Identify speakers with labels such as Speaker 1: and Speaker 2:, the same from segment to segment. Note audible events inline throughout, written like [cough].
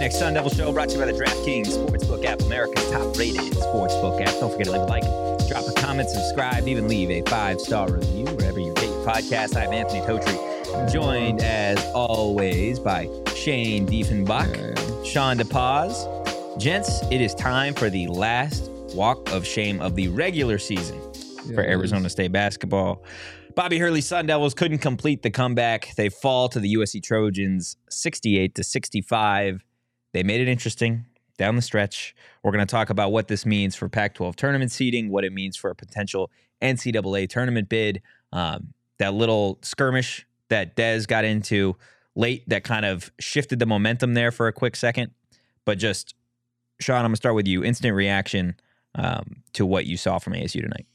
Speaker 1: Next Sun Devil Show brought to you by the DraftKings Sportsbook app, America's top rated sportsbook app. Don't forget to leave a like, drop a comment, subscribe, even leave a five star review wherever you get your podcast. I'm Anthony Totri, joined as always by Shane Diefenbach, Sean DePaz. Gents, it is time for the last walk of shame of the regular season for Arizona State basketball. Bobby Hurley Sun Devils couldn't complete the comeback. They fall to the USC Trojans 68 to 65. They made it interesting down the stretch. We're going to talk about what this means for Pac 12 tournament seeding, what it means for a potential NCAA tournament bid. Um, that little skirmish that Dez got into late that kind of shifted the momentum there for a quick second. But just, Sean, I'm going to start with you. Instant reaction um, to what you saw from ASU tonight.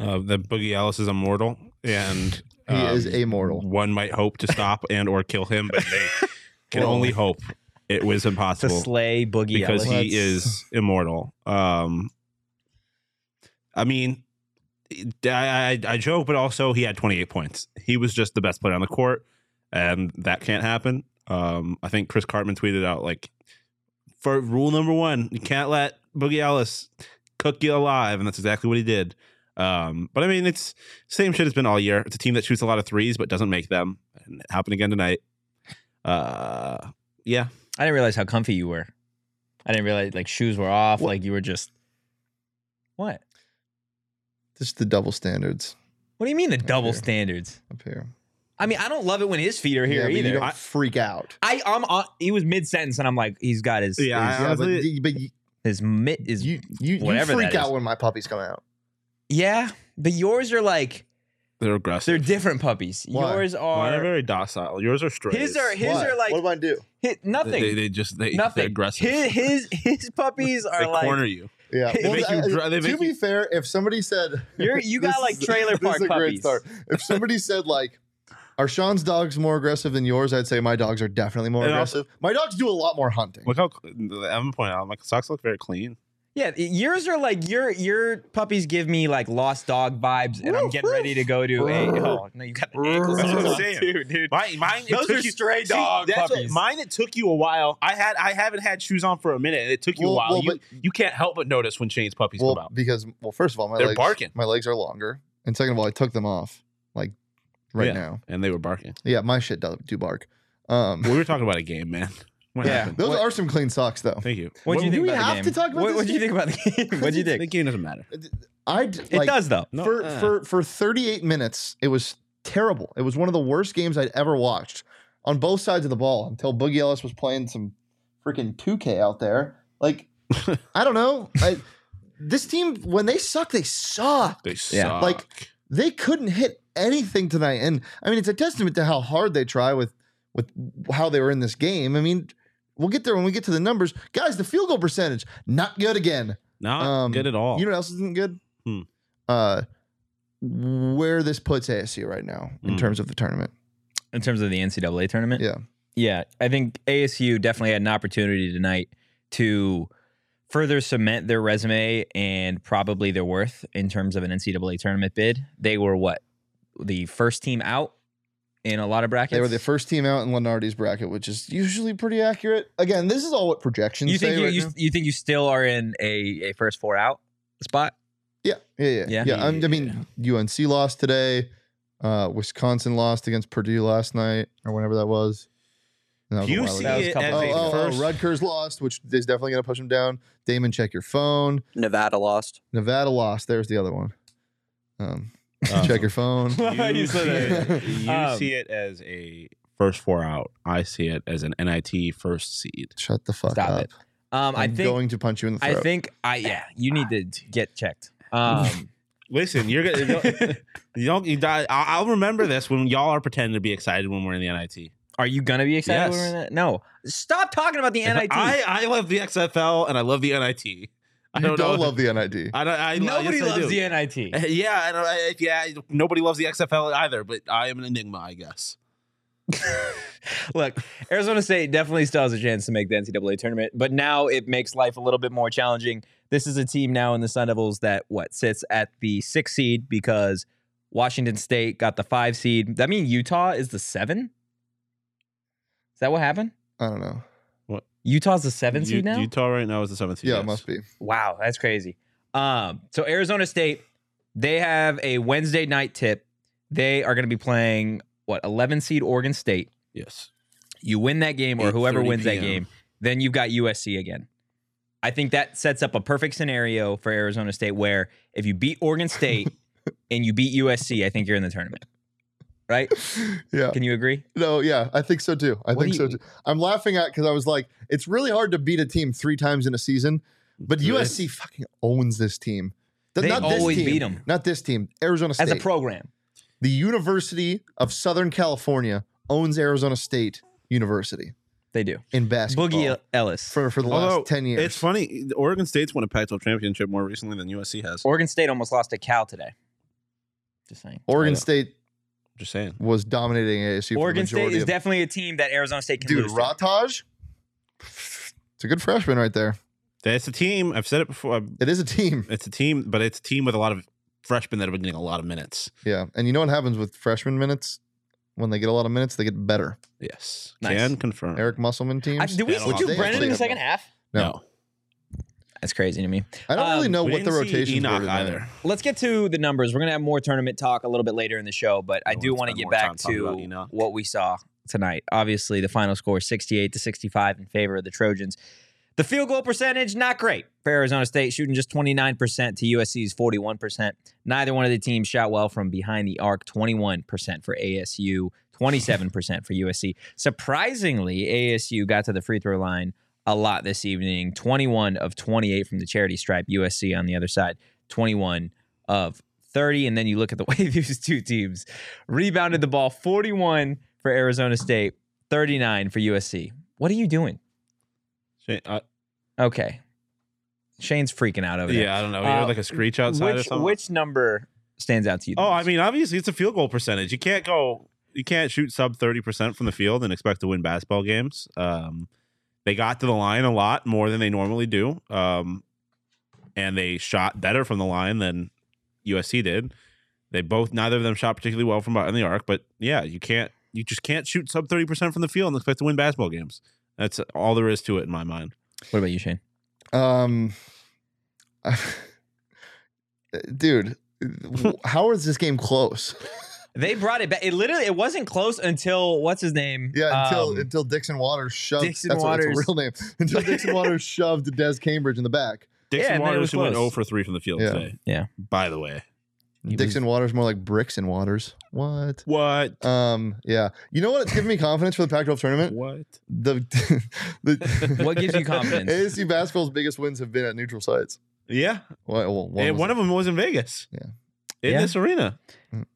Speaker 2: Uh, that Boogie Ellis is immortal, and
Speaker 3: [laughs] He
Speaker 2: um,
Speaker 3: is immortal.
Speaker 2: One might hope to stop and or kill him, but
Speaker 3: [laughs]
Speaker 2: they can only hope. It was
Speaker 1: To
Speaker 2: impossible
Speaker 1: slay Boogie
Speaker 2: because
Speaker 1: Ellis.
Speaker 2: he is immortal. Um, I mean, I, I I joke, but also he had 28 points. He was just the best player on the court, and that can't happen. Um, I think Chris Cartman tweeted out like, for rule number one, you can't let Boogie Ellis cook you alive, and that's exactly what he did. Um, but I mean, it's same shit it's been all year. It's a team that shoots a lot of threes but doesn't make them, and it happened again tonight. Uh, yeah,
Speaker 1: I didn't realize how comfy you were. I didn't realize like shoes were off.
Speaker 2: What?
Speaker 1: Like you were just. What?
Speaker 3: Just the double standards
Speaker 1: What do you mean the double
Speaker 3: here.
Speaker 1: standards?
Speaker 3: up here.
Speaker 1: I mean, I don't love it when his feet are
Speaker 3: Yeah,
Speaker 1: here
Speaker 3: but You
Speaker 1: either.
Speaker 3: don't
Speaker 1: I,
Speaker 3: freak out.
Speaker 1: I I'm on, he was mid sentence and I'm like, he's got his
Speaker 2: yeah. I
Speaker 3: Yeah, but,
Speaker 2: honestly-
Speaker 3: you- but you,
Speaker 1: his mitt is
Speaker 3: you, you, you
Speaker 1: whatever
Speaker 3: freak
Speaker 1: that
Speaker 3: out
Speaker 1: is.
Speaker 3: when my puppies come out.
Speaker 1: yeah. But yours are like
Speaker 2: they're aggressive.
Speaker 1: they're different puppies.
Speaker 3: Why?
Speaker 1: Yours
Speaker 2: Mine are
Speaker 1: are
Speaker 2: very docile. Yours are straight.
Speaker 1: his are his
Speaker 3: Why?
Speaker 1: are like
Speaker 3: what do I do?
Speaker 1: hi- nothing.
Speaker 2: They, they just they,
Speaker 1: nothing.
Speaker 2: they're aggressive.
Speaker 1: His his his puppies
Speaker 2: they
Speaker 1: are like
Speaker 2: corner you.
Speaker 3: Yeah.
Speaker 1: They
Speaker 2: make you
Speaker 3: I-
Speaker 2: dry- they
Speaker 3: to
Speaker 2: make
Speaker 3: be
Speaker 2: you-
Speaker 3: fair, if somebody said [laughs]
Speaker 1: You're- [laughs] you got,
Speaker 3: This
Speaker 1: like,
Speaker 3: is-
Speaker 1: trailer
Speaker 3: this
Speaker 1: park
Speaker 3: is a
Speaker 1: puppies.
Speaker 3: great start. If somebody said like, "Are Sean's dogs more aggressive than yours?" I'd say my dogs are definitely more
Speaker 2: And also-
Speaker 3: aggressive. my dogs do a lot more hunting.
Speaker 2: Look how I'm gonna point out. My socks look very clean.
Speaker 1: Yeah, yours are like your your puppies give me like lost dog vibes, and I'm getting ready to go to a. Oh no, you got the ankles
Speaker 2: That's what
Speaker 1: on
Speaker 2: I'm
Speaker 1: them,
Speaker 2: saying.
Speaker 1: too, [laughs] dude.
Speaker 2: Mine, mine.
Speaker 1: Those are stray dog puppies.
Speaker 2: mine. It took you a while. I had I haven't had shoes on for a minute, and it took you a
Speaker 3: Well-
Speaker 2: while.
Speaker 3: well,
Speaker 2: you,
Speaker 3: but-
Speaker 2: you can't help but notice when Shane's puppies
Speaker 3: well,
Speaker 2: come out.
Speaker 3: because well, first of all, my
Speaker 2: They're
Speaker 3: legs
Speaker 2: barking.
Speaker 3: my legs are longer, and second of all, I took them off like right
Speaker 2: Yeah.
Speaker 3: now.
Speaker 2: And they were barking.
Speaker 3: Yeah, my shit does do bark. Um, [laughs]
Speaker 2: We were talking about a game, man. [laughs] What
Speaker 1: Yeah.
Speaker 2: happened?
Speaker 3: those
Speaker 1: what-
Speaker 3: are some clean socks though.
Speaker 2: Thank you.
Speaker 1: What'd
Speaker 3: do we have to talk about
Speaker 1: What
Speaker 3: this
Speaker 1: what'd you think
Speaker 3: game?
Speaker 1: about the [laughs] game? What'd you
Speaker 2: The
Speaker 1: think?
Speaker 2: game doesn't matter.
Speaker 3: I'd
Speaker 1: It
Speaker 3: like,
Speaker 1: does though.
Speaker 2: No,
Speaker 3: for
Speaker 2: uh.
Speaker 3: for for 38 minutes it was terrible it was one of the worst games i'd ever watched on both sides of the ball until boogie ellis was playing some freaking 2k out there
Speaker 2: [laughs]
Speaker 3: like i don't know I, this team when they suck they suck
Speaker 2: They suck.
Speaker 1: Yeah.
Speaker 3: Like, they couldn't hit anything tonight and i mean it's a testament to how hard they try with with how they were in this game i mean we'll get there when we get to the numbers guys the field goal percentage not good again
Speaker 2: not
Speaker 3: um,
Speaker 2: good at all.
Speaker 3: you know what else isn't good?
Speaker 2: Hmm.
Speaker 3: Uh, where this puts ASU right now in
Speaker 1: Hmm.
Speaker 2: Mm.
Speaker 3: terms of the tournament.
Speaker 1: In terms of the NCAA tournament,
Speaker 3: Yeah.
Speaker 1: yeah, I think ASU definitely had an opportunity tonight to further cement their resume and probably their worth in terms of an NCAA tournament bid. They were what the first team out in a lot of brackets.
Speaker 3: They were the first team out in Lenardi's bracket, which is usually pretty accurate. Again, this is all what projections
Speaker 1: you think
Speaker 3: say
Speaker 1: you,
Speaker 3: right
Speaker 1: you,
Speaker 3: now.
Speaker 1: you think you still are in a, a first four out spot?
Speaker 3: Yeah, yeah, yeah,
Speaker 1: Yeah.
Speaker 3: yeah. I'm- I mean, UNC lost today. Uh, Wisconsin lost against Purdue last night, or whenever that was. That was a
Speaker 2: Do you
Speaker 3: while
Speaker 2: see
Speaker 3: ago.
Speaker 1: was a
Speaker 2: it
Speaker 1: couple
Speaker 2: as
Speaker 3: Oh,
Speaker 1: days
Speaker 2: a
Speaker 1: ago.
Speaker 3: oh, oh,
Speaker 2: first?
Speaker 3: Rutgers lost, which is definitely going to push them down. Damon, check your phone.
Speaker 4: Nevada lost.
Speaker 3: Nevada lost. There's the other one.
Speaker 1: [laughs]
Speaker 3: Um,
Speaker 2: Um,
Speaker 3: check your phone.
Speaker 2: [laughs] You,
Speaker 1: You
Speaker 2: see,
Speaker 1: said
Speaker 3: that.
Speaker 2: it, you
Speaker 1: Um,
Speaker 2: see it as a first four out. I see it as an NIT first seed.
Speaker 3: Shut the fuck
Speaker 1: Stop
Speaker 3: up.
Speaker 1: it. Um, I
Speaker 3: I'm
Speaker 1: think
Speaker 3: going to punch you in the
Speaker 1: I
Speaker 3: throat.
Speaker 1: think I yeah. You need to get checked. Um,
Speaker 2: Listen, you're [laughs] gonna you don't you die. I- I'll remember this when y'all are pretending to be excited when we're in the NIT.
Speaker 1: are you gonna be excited?
Speaker 2: Yes.
Speaker 1: when we're in that? No, stop talking about the NIT.
Speaker 2: I I love the XFL and I love the NIT. I
Speaker 3: you
Speaker 2: don't,
Speaker 3: don't,
Speaker 2: know.
Speaker 3: love the NID.
Speaker 2: [laughs] I don't. I,
Speaker 1: Nobody
Speaker 2: yes, I
Speaker 1: loves
Speaker 2: [laughs]
Speaker 1: the
Speaker 2: do.
Speaker 1: NIT.
Speaker 2: Yeah, I don't, I, yeah. Nobody loves the XFL either, but I am an enigma, I guess.
Speaker 1: Look, Arizona State definitely still has a chance to make the NCAA tournament, but now it makes life a little bit more challenging. This is a team now in the Sun Devils that what sits at the six seed because Washington State got the five seed. That mean Utah is the seven. Is that what happened?
Speaker 3: I don't know.
Speaker 2: What?
Speaker 1: Utah's the seventh
Speaker 2: U-
Speaker 1: seed now.
Speaker 2: Utah right now is the seventh seed.
Speaker 3: Yeah,
Speaker 2: yes.
Speaker 3: it must be.
Speaker 1: Wow, that's crazy. Um, so Arizona State, they have a Wednesday night tip. They are going to be playing what 11 seed Oregon State.
Speaker 2: Yes.
Speaker 1: You win that game, or whoever
Speaker 2: 8:30
Speaker 1: wins that
Speaker 2: PM.
Speaker 1: game, then you've got USC again. I think that sets up a perfect scenario for Arizona State, where if you beat Oregon
Speaker 3: [laughs]
Speaker 1: State and you beat USC, I think you're in the tournament.
Speaker 3: [laughs]
Speaker 1: Right?
Speaker 3: Yeah.
Speaker 1: Can you agree?
Speaker 3: No, yeah, I think so too. I
Speaker 1: What
Speaker 3: think
Speaker 1: do
Speaker 3: so
Speaker 1: you-
Speaker 3: too. I'm laughing at because I was like, it's really hard to beat a team three times in a season, but
Speaker 2: Yeah.
Speaker 3: USC fucking owns this team. Th-
Speaker 1: They
Speaker 3: not this
Speaker 1: always
Speaker 3: team,
Speaker 1: beat 'em.
Speaker 3: Not this team. Arizona State.
Speaker 1: As a program,
Speaker 3: the University of Southern California owns Arizona State University
Speaker 1: they do.
Speaker 3: in basketball
Speaker 1: Boogie uh, Ellis.
Speaker 3: for, for the
Speaker 2: Although,
Speaker 3: last 10 years.
Speaker 2: It's funny. Oregon State's won a Pac-12 championship more recently than USC has.
Speaker 1: Oregon State almost lost to Cal today. Just saying.
Speaker 3: Oregon
Speaker 2: I know.
Speaker 3: State
Speaker 2: Just saying.
Speaker 3: was dominating ASU.
Speaker 1: Oregon
Speaker 3: for the
Speaker 1: State
Speaker 3: majority
Speaker 1: is
Speaker 3: of-
Speaker 1: definitely a team that Arizona State can
Speaker 3: Dude,
Speaker 1: lose. to.
Speaker 3: Rataj? It's a good freshman right there.
Speaker 2: That's a team. I've said it before. I'm-
Speaker 3: It is a team.
Speaker 2: It's a team, but it's a team with a lot of freshmen that have been getting a lot of minutes.
Speaker 3: Yeah. And you know what happens with freshman minutes? When they get a lot of minutes, they get better.
Speaker 2: Yes.
Speaker 1: Nice.
Speaker 2: Can confirm.
Speaker 3: Eric Musselman teams.
Speaker 1: Hmm. I, did we
Speaker 2: Yeah,
Speaker 1: see
Speaker 2: lost
Speaker 1: Drew
Speaker 2: to
Speaker 1: Brennan in the
Speaker 3: Cal.
Speaker 1: second half?
Speaker 2: no.
Speaker 1: That's crazy to me.
Speaker 3: I don't really
Speaker 1: Um,
Speaker 3: know
Speaker 2: We
Speaker 3: what the
Speaker 2: didn't see
Speaker 3: rotation
Speaker 2: Enoch either.
Speaker 1: Let's get to the numbers. We're gonna have more tournament talk a little bit later in the show, but I
Speaker 2: Yeah,
Speaker 1: do
Speaker 2: we'll
Speaker 1: want to
Speaker 2: spend
Speaker 1: get
Speaker 2: more
Speaker 1: back
Speaker 2: time talking about
Speaker 1: to
Speaker 2: Enoch.
Speaker 1: what we saw tonight. Obviously, the final score is 68 to 65 in favor of the Trojans. The field goal percentage not great for Arizona State, shooting just 29% to USC's 41%. Neither one of the teams shot well from behind the arc, 21% for ASU, 27% for USC. Surprisingly, ASU got to the free throw line a lot this evening, 21 of 28 from the charity stripe, USC on the other side, 21 of 30. And then you look at the [laughs] way these two teams rebounded the ball 41 for Arizona State, 39 for USC. What are you doing?
Speaker 2: Shane, uh, I-
Speaker 1: Okay. Shane's freaking out over there.
Speaker 2: yeah, I don't know. You heard
Speaker 1: Uh,
Speaker 2: like a screech outside or
Speaker 1: Which,
Speaker 2: something.
Speaker 1: which number stands out to you? the
Speaker 2: oh, I
Speaker 1: most?
Speaker 2: mean, obviously it's a field goal percentage. You can't go. You can't shoot sub thirty percent from the field and expect to win basketball games. Um, they got to the line a lot more than they normally do, um, and they shot better from the line than USC did. They both neither of them shot particularly well from behind the arc, but yeah, you can't. You just can't shoot sub thirty percent from the field and expect to win basketball games. That's all there is to it in my mind.
Speaker 1: what about you, Shane?
Speaker 3: Um, [laughs] uh, dude,
Speaker 1: [laughs]
Speaker 3: how is this game close? [laughs]
Speaker 1: They brought it back. It literally it wasn't close until what's his name?
Speaker 3: Yeah, until
Speaker 1: Um,
Speaker 3: until Dixon Waters shoved.
Speaker 1: Dixon
Speaker 3: that's what- that's
Speaker 1: Waters-
Speaker 3: a real name. [laughs] Until
Speaker 1: [laughs]
Speaker 3: Dixon Waters shoved Des Cambridge in the back.
Speaker 1: Yeah,
Speaker 2: Dixon
Speaker 1: and then it was
Speaker 2: Waters who went
Speaker 1: close.
Speaker 2: zero for three from the field
Speaker 3: Yeah.
Speaker 2: today.
Speaker 1: Yeah.
Speaker 2: By the way,
Speaker 1: He
Speaker 3: Dixon Waters more like bricks and Waters. What?
Speaker 2: what?
Speaker 3: Um, yeah. You know what? It's giving me confidence for the Pac-12 tournament.
Speaker 2: What?
Speaker 3: The, [laughs] the
Speaker 1: What gives
Speaker 2: [laughs]
Speaker 1: you
Speaker 3: [laughs]
Speaker 1: confidence?
Speaker 3: ASU basketball's biggest wins have been at neutral sites.
Speaker 2: Yeah,
Speaker 3: Well, well, one
Speaker 2: and
Speaker 3: was
Speaker 2: one of them was in Vegas.
Speaker 3: Yeah.
Speaker 2: in
Speaker 1: Yeah.
Speaker 2: this arena.
Speaker 3: Mm.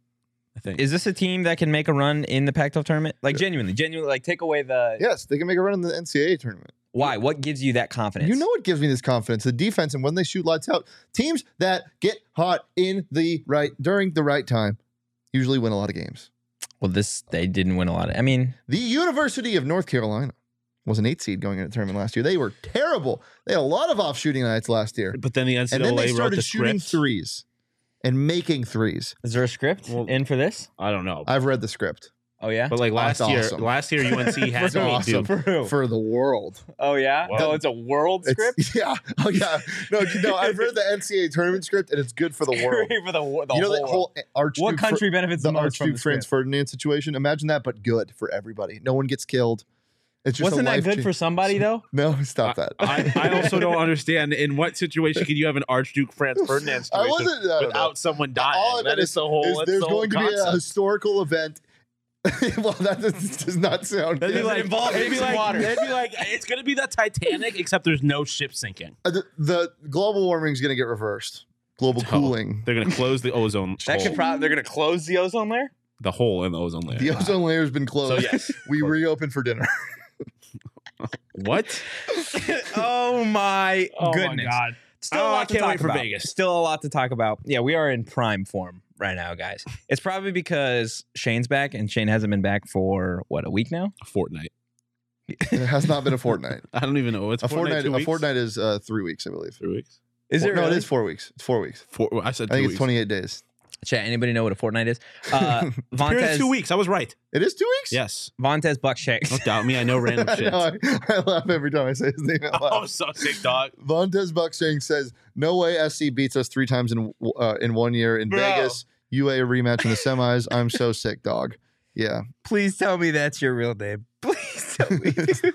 Speaker 2: I think
Speaker 1: Is this a team that can make a run in the Pac-12 tournament? Like genuinely, genuinely, like take away the
Speaker 3: Yes, they can make a run in the NCAA tournament.
Speaker 1: why? What gives you that confidence?
Speaker 3: You know what gives me this confidence? The defense and when they shoot lights out. Teams that get hot in the right during the right time usually win a lot of games.
Speaker 1: Well, this they didn't win a lot. Of, I mean,
Speaker 3: The University of North Carolina was an eight seed going into the tournament last year. They were terrible. They had a lot of off shooting nights last year.
Speaker 2: but then the NCAA
Speaker 3: And then they
Speaker 2: wrote
Speaker 3: started
Speaker 2: the
Speaker 3: shooting
Speaker 2: script.
Speaker 3: threes and making threes.
Speaker 1: is there a script
Speaker 2: Well-
Speaker 1: in for this?
Speaker 2: I don't know,
Speaker 3: I've read the script
Speaker 1: Oh yeah,
Speaker 2: but like last
Speaker 3: That's
Speaker 2: year,
Speaker 3: awesome.
Speaker 2: last year UNC
Speaker 3: [laughs]
Speaker 2: had
Speaker 3: That's
Speaker 2: to
Speaker 3: awesome.
Speaker 2: do.
Speaker 1: for who?
Speaker 3: for the world.
Speaker 1: oh yeah.
Speaker 2: Wow.
Speaker 1: Oh, it's a world
Speaker 3: It's-
Speaker 1: script.
Speaker 3: [laughs] yeah. Oh, yeah. No, you know, I've read the NCAA tournament script and it's
Speaker 1: [laughs]
Speaker 3: good for the world.
Speaker 1: for the, wor- the
Speaker 3: you know
Speaker 1: whole,
Speaker 3: that
Speaker 1: world.
Speaker 3: whole Archduke
Speaker 1: What
Speaker 3: Fer-
Speaker 1: country benefits
Speaker 3: the
Speaker 1: the most from
Speaker 3: Archduke
Speaker 1: the
Speaker 3: Franz
Speaker 1: script?
Speaker 3: Ferdinand situation. Imagine that, but good for everybody. No one gets killed. It's just
Speaker 1: Wasn't
Speaker 3: a
Speaker 1: that
Speaker 3: life
Speaker 1: good for somebody [laughs] though?
Speaker 3: No, [laughs] stop that.
Speaker 2: I, I also don't understand in what situation can you have an Archduke Franz
Speaker 3: [laughs]
Speaker 2: Ferdinand
Speaker 3: I
Speaker 2: situation
Speaker 3: wasn't- I don't know.
Speaker 2: without someone dying?
Speaker 3: All I
Speaker 2: that
Speaker 3: meant
Speaker 2: is the whole.
Speaker 3: Is-
Speaker 2: that's
Speaker 3: there's
Speaker 2: the whole
Speaker 3: going to be a [laughs]
Speaker 2: concept.
Speaker 3: historical event. well, that does, does not sound.
Speaker 2: That'd be
Speaker 3: good.
Speaker 2: like,
Speaker 1: involve
Speaker 2: it'd be
Speaker 1: Dixon
Speaker 2: like-
Speaker 1: Waters.
Speaker 2: That'd be like it's gonna be the Titanic, except there's no ship sinking.
Speaker 3: Uh, the, the global warming is going to get reversed. Global
Speaker 1: Oh,
Speaker 2: No.
Speaker 3: cooling.
Speaker 2: They're gonna close the ozone
Speaker 1: That could
Speaker 2: hole-
Speaker 1: probably they're gonna close the ozone layer.
Speaker 2: the hole in the ozone layer.
Speaker 3: The ozone layer has been [laughs]
Speaker 2: so
Speaker 3: closed.
Speaker 2: yes,
Speaker 3: We reopen for dinner. [laughs]
Speaker 2: what?
Speaker 1: [laughs] oh my goodness!
Speaker 2: god!
Speaker 1: Still,
Speaker 2: Oh,
Speaker 1: a lot
Speaker 2: I
Speaker 1: to
Speaker 2: can't
Speaker 1: talk
Speaker 2: wait for
Speaker 1: about.
Speaker 2: Vegas.
Speaker 1: Still a lot to talk about. Yeah, we are in prime form right now, guys. It's probably because Shane's back, and Shane hasn't been back for what a week now.
Speaker 2: Fortnite.
Speaker 3: it has not been a fortnight.
Speaker 2: [laughs] I don't even know what's
Speaker 3: a fortnight.
Speaker 2: two
Speaker 3: A
Speaker 2: weeks?
Speaker 3: fortnight is uh, three weeks, I believe.
Speaker 2: Three weeks.
Speaker 1: Is
Speaker 3: Four-
Speaker 1: there
Speaker 3: no,
Speaker 1: really?
Speaker 3: it is four weeks. It's four weeks.
Speaker 2: Four. I said
Speaker 3: I think
Speaker 2: two weeks.
Speaker 3: it's 28 days.
Speaker 1: Chat, anybody know what a fortnight is? Uh, [laughs]
Speaker 2: Here in
Speaker 1: Vontez,
Speaker 2: two weeks. I was right.
Speaker 3: It is two weeks.
Speaker 2: Yes.
Speaker 1: Vontez Buckshanks.
Speaker 2: Don't doubt me. I know
Speaker 3: [laughs]
Speaker 2: random
Speaker 3: I,
Speaker 2: shit.
Speaker 3: know, I, I laugh every time I say his name out
Speaker 2: [laughs] Oh,
Speaker 3: loud.
Speaker 2: so sick, dog.
Speaker 3: Vontez Buckshank says, "No way, SC beats us three times in uh, in one year in
Speaker 2: Bro.
Speaker 3: Vegas. UA rematch in the semis. I'm
Speaker 2: [laughs]
Speaker 3: so sick, dog. Yeah,
Speaker 1: Please tell me that's your real name. [laughs] Please tell me. dude.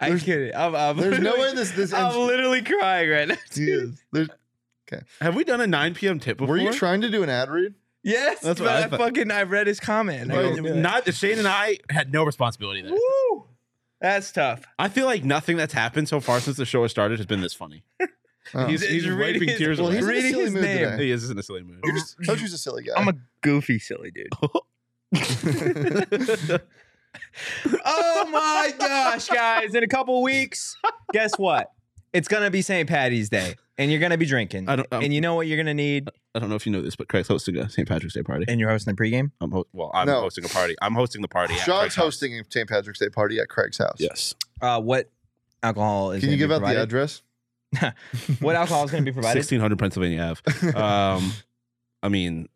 Speaker 1: I
Speaker 3: There's-
Speaker 1: kidding. I'm, I'm
Speaker 3: there's no
Speaker 1: literally-
Speaker 3: way this this.
Speaker 1: I'm literally crying right now. dude.
Speaker 3: Dude, there's-
Speaker 2: Have we done a 9 p.m. tip before?
Speaker 3: were you trying to do an ad read?
Speaker 1: Yes,
Speaker 2: That's what
Speaker 1: but
Speaker 2: I
Speaker 1: I,
Speaker 2: thought.
Speaker 1: fucking I read his comment. and I
Speaker 3: Right,
Speaker 1: didn't do that.
Speaker 2: Not Shane and I had no responsibility there.
Speaker 1: Woo! That's tough.
Speaker 2: I feel like nothing that's happened so far since the show has started has been this funny.
Speaker 3: Oh.
Speaker 2: He's, he's
Speaker 1: Just
Speaker 2: wiping
Speaker 1: reading his-
Speaker 2: tears
Speaker 3: Well,
Speaker 2: away.
Speaker 3: he's in a
Speaker 1: Reading
Speaker 3: silly
Speaker 1: his
Speaker 3: mood
Speaker 1: name.
Speaker 3: today.
Speaker 2: He is in a silly mood.
Speaker 3: You're
Speaker 2: [laughs]
Speaker 3: just- Toji's a silly guy.
Speaker 1: I'm
Speaker 3: [laughs]
Speaker 1: a goofy, silly dude. [laughs] oh my gosh, guys! In a couple weeks, guess what? It's gonna be St. Patty's Day, and you're gonna be drinking.
Speaker 2: [laughs] I don't. I'm,
Speaker 1: and you know what you're gonna need?
Speaker 2: I don't know if you know this, but Craig's hosting a St. Patrick's Day party.
Speaker 1: And you're hosting the pregame.
Speaker 2: I'm ho- well, I'm
Speaker 3: No.
Speaker 2: hosting a party. I'm hosting the party. at Craig's
Speaker 3: Sean's
Speaker 2: house.
Speaker 3: hosting a St. Patrick's Day party at Craig's house.
Speaker 2: Yes.
Speaker 1: Uh, what alcohol is?
Speaker 3: Can you
Speaker 1: gonna
Speaker 3: give
Speaker 1: be
Speaker 3: out the
Speaker 1: provided?
Speaker 3: address?
Speaker 1: What alcohol is gonna be provided?
Speaker 2: 1600 Pennsylvania Ave. Um, I mean,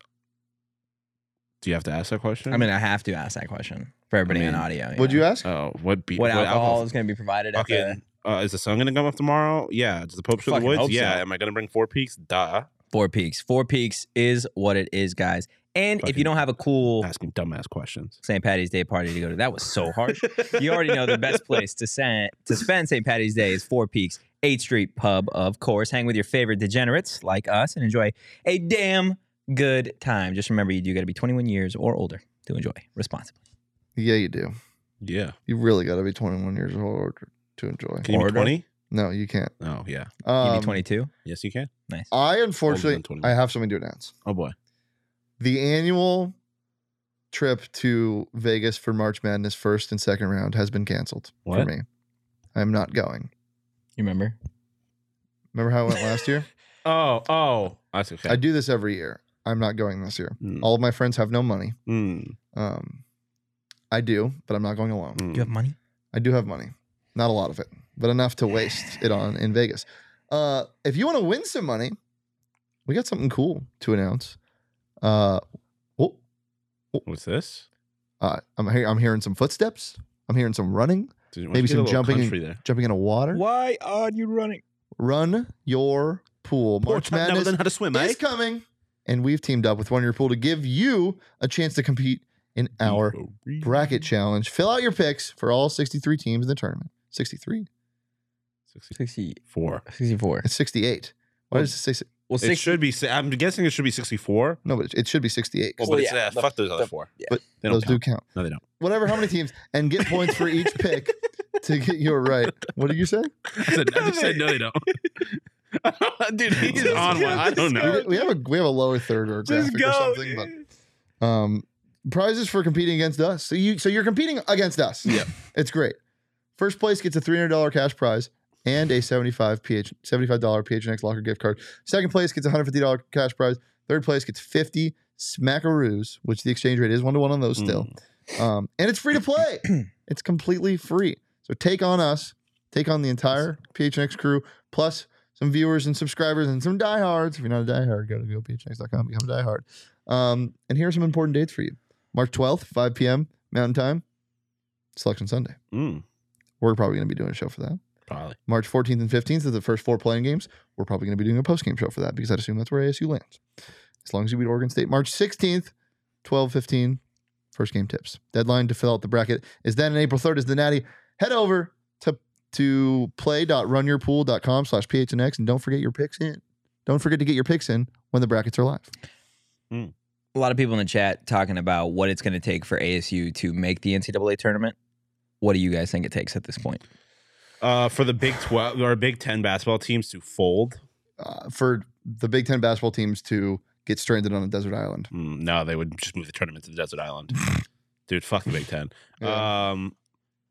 Speaker 2: do you have to ask that question?
Speaker 1: I mean, I have to ask that question for everybody
Speaker 2: mean,
Speaker 1: on audio.
Speaker 3: Would you ask?
Speaker 2: oh, what be
Speaker 1: What, alcohol, is gonna be provided? At the
Speaker 2: Fucking, uh, is the sun gonna come up tomorrow? Yeah. Does the Pope show the
Speaker 1: Fucking
Speaker 2: woods?
Speaker 1: hope
Speaker 2: Yeah.
Speaker 1: so.
Speaker 2: Am I gonna bring four peaks? Duh.
Speaker 1: Four Peaks. Four Peaks is what it is, guys. And if
Speaker 2: Fucking-
Speaker 1: you don't have a cool
Speaker 2: Asking dumbass questions.
Speaker 1: St. Patty's Day party to go to, that was so harsh. [laughs] you already know the best place to send, to spend St. Patty's Day is Four Peaks, 8th Street Pub, of course. Hang with your favorite degenerates like us and enjoy a damn good time. Just remember, you do got to be 21 years or older to enjoy responsibly.
Speaker 3: Yeah, you do.
Speaker 2: Yeah.
Speaker 3: You really got to be 21 years old to enjoy.
Speaker 2: Can you be
Speaker 1: Order.
Speaker 2: 20?
Speaker 3: No, you can't.
Speaker 2: Oh, yeah.
Speaker 1: You
Speaker 3: Um, uh,
Speaker 1: be 22?
Speaker 2: Yes, you can.
Speaker 1: Nice.
Speaker 3: I
Speaker 2: Older than
Speaker 3: unfortunately
Speaker 2: 21.
Speaker 3: I have something to announce.
Speaker 2: Oh boy.
Speaker 3: The annual trip to Vegas for March Madness first and second round has been canceled for
Speaker 2: What?
Speaker 3: me. I'm not going.
Speaker 1: You remember?
Speaker 3: Remember how I went last year?
Speaker 2: Oh, oh. That's [laughs] okay.
Speaker 3: I do this every year. I'm not going this year.
Speaker 2: Mm,
Speaker 3: All of my friends have no money.
Speaker 2: mm,
Speaker 3: Um, I do, but I'm not going alone.
Speaker 2: mm.
Speaker 1: You have money?
Speaker 3: I do have money, not a lot of it, but enough to waste it on in Vegas. Uh, if you want to win some money, we got something cool to announce. Uh, oh,
Speaker 2: What's this?
Speaker 3: uh, I'm he- I'm hearing some footsteps. I'm hearing some running,
Speaker 2: Did- why
Speaker 3: Maybe
Speaker 2: don't you get
Speaker 3: some
Speaker 2: a little
Speaker 3: jumping
Speaker 2: country there.
Speaker 3: jumping into water.
Speaker 1: Why are you running?
Speaker 3: Run your pool. March
Speaker 2: Poor Tom never learned
Speaker 3: Madness
Speaker 2: how to swim, eh?
Speaker 3: is coming, and we've teamed up with Run Your Pool to give you a chance to compete in our bracket challenge. Fill out your picks for all 63 teams in the tournament. 63?
Speaker 1: 60,
Speaker 2: 64.
Speaker 1: 64.
Speaker 3: It's 68. Why does it say? si-
Speaker 1: Well,
Speaker 2: It should be. si- I'm guessing it should be 64.
Speaker 3: No, but it- it should be 68.
Speaker 2: Well,
Speaker 1: Well,
Speaker 2: but it's,
Speaker 1: yeah,
Speaker 2: uh,
Speaker 1: the-
Speaker 2: fuck those other
Speaker 1: the-
Speaker 2: four.
Speaker 1: yeah.
Speaker 3: But
Speaker 2: they don't
Speaker 3: Those do
Speaker 2: count.
Speaker 3: count.
Speaker 2: No, they [laughs] don't.
Speaker 3: Whatever, how many teams, and get points for each pick to get your right. What did you say?
Speaker 2: I, said, I just said no, they don't. Dude, [laughs] he's
Speaker 1: Just
Speaker 2: on
Speaker 1: go,
Speaker 2: one. I
Speaker 1: just
Speaker 2: don't know.
Speaker 1: go.
Speaker 3: We have a we have a lower third or a graphic
Speaker 1: Just go.
Speaker 3: or something, but um, prizes for competing against us. So you so you're competing against us.
Speaker 2: Yeah.
Speaker 3: it's great. First place gets a three hundred dollar cash prize and a seventy five ph seventy five dollar PHNX locker gift card. Second place gets a hundred fifty dollar cash prize. Third place gets fifty smackaroos, which the exchange rate is one to one on those
Speaker 2: Hmm.
Speaker 3: still. Um, and it's free to play. it's completely free. So take on us, take on the entire PHNX crew, plus some viewers and subscribers and some diehards. If you're not a diehard, go to gophnx.com, become a diehard. Um, and here are some important dates for you: March 12th, 5 p.m. Mountain Time, Selection Sunday.
Speaker 2: Mm,
Speaker 3: We're probably going to be doing a show for that.
Speaker 2: probably.
Speaker 3: March 14th and 15th are the first four playing games. We're probably going to be doing a post game show for that because I'd assume that's where ASU lands. As long as you beat Oregon State, March 16th, 12 15, first game tips. Deadline to fill out the bracket is then on April 3rd is the natty. Head over to to play.runyourpool.com slash phnx and don't forget your picks in. Don't forget to get your picks in when the brackets are live.
Speaker 1: a lot of people in the chat talking about what it's going to take for ASU to make the NCAA tournament. What do you guys think it takes at this point?
Speaker 2: Uh, for the Big 12 or Big 10 basketball teams to fold,
Speaker 3: Uh, for the Big Ten basketball teams to get stranded on a desert island.
Speaker 2: Mm, no, they would just move the tournament to the desert island. Dude, fuck the Big 10.
Speaker 3: Yeah.
Speaker 2: Um,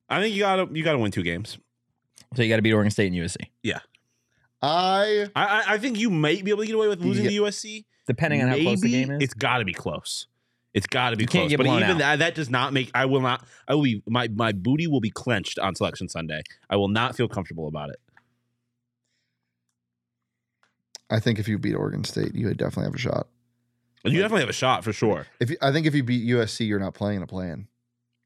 Speaker 2: I think you got to you got to win two games.
Speaker 1: So you got to beat Oregon State and USC,
Speaker 3: I
Speaker 2: I, I I think you might be able to get away with losing
Speaker 3: Yeah.
Speaker 2: to USC.
Speaker 1: depending on how close the
Speaker 2: Maybe
Speaker 1: game is.
Speaker 2: It's got to be close. It's got to be
Speaker 1: You can't
Speaker 2: close.
Speaker 1: get
Speaker 2: But
Speaker 1: blown
Speaker 2: even
Speaker 1: out.
Speaker 2: that, that does not make. I will not. I will be my my booty will be clenched on selection Sunday. I will not feel comfortable about it.
Speaker 3: I think if you beat Oregon State, you would definitely have a shot.
Speaker 2: You definitely have a shot for sure.
Speaker 3: If you, I think if you beat USC, you're not playing a plan.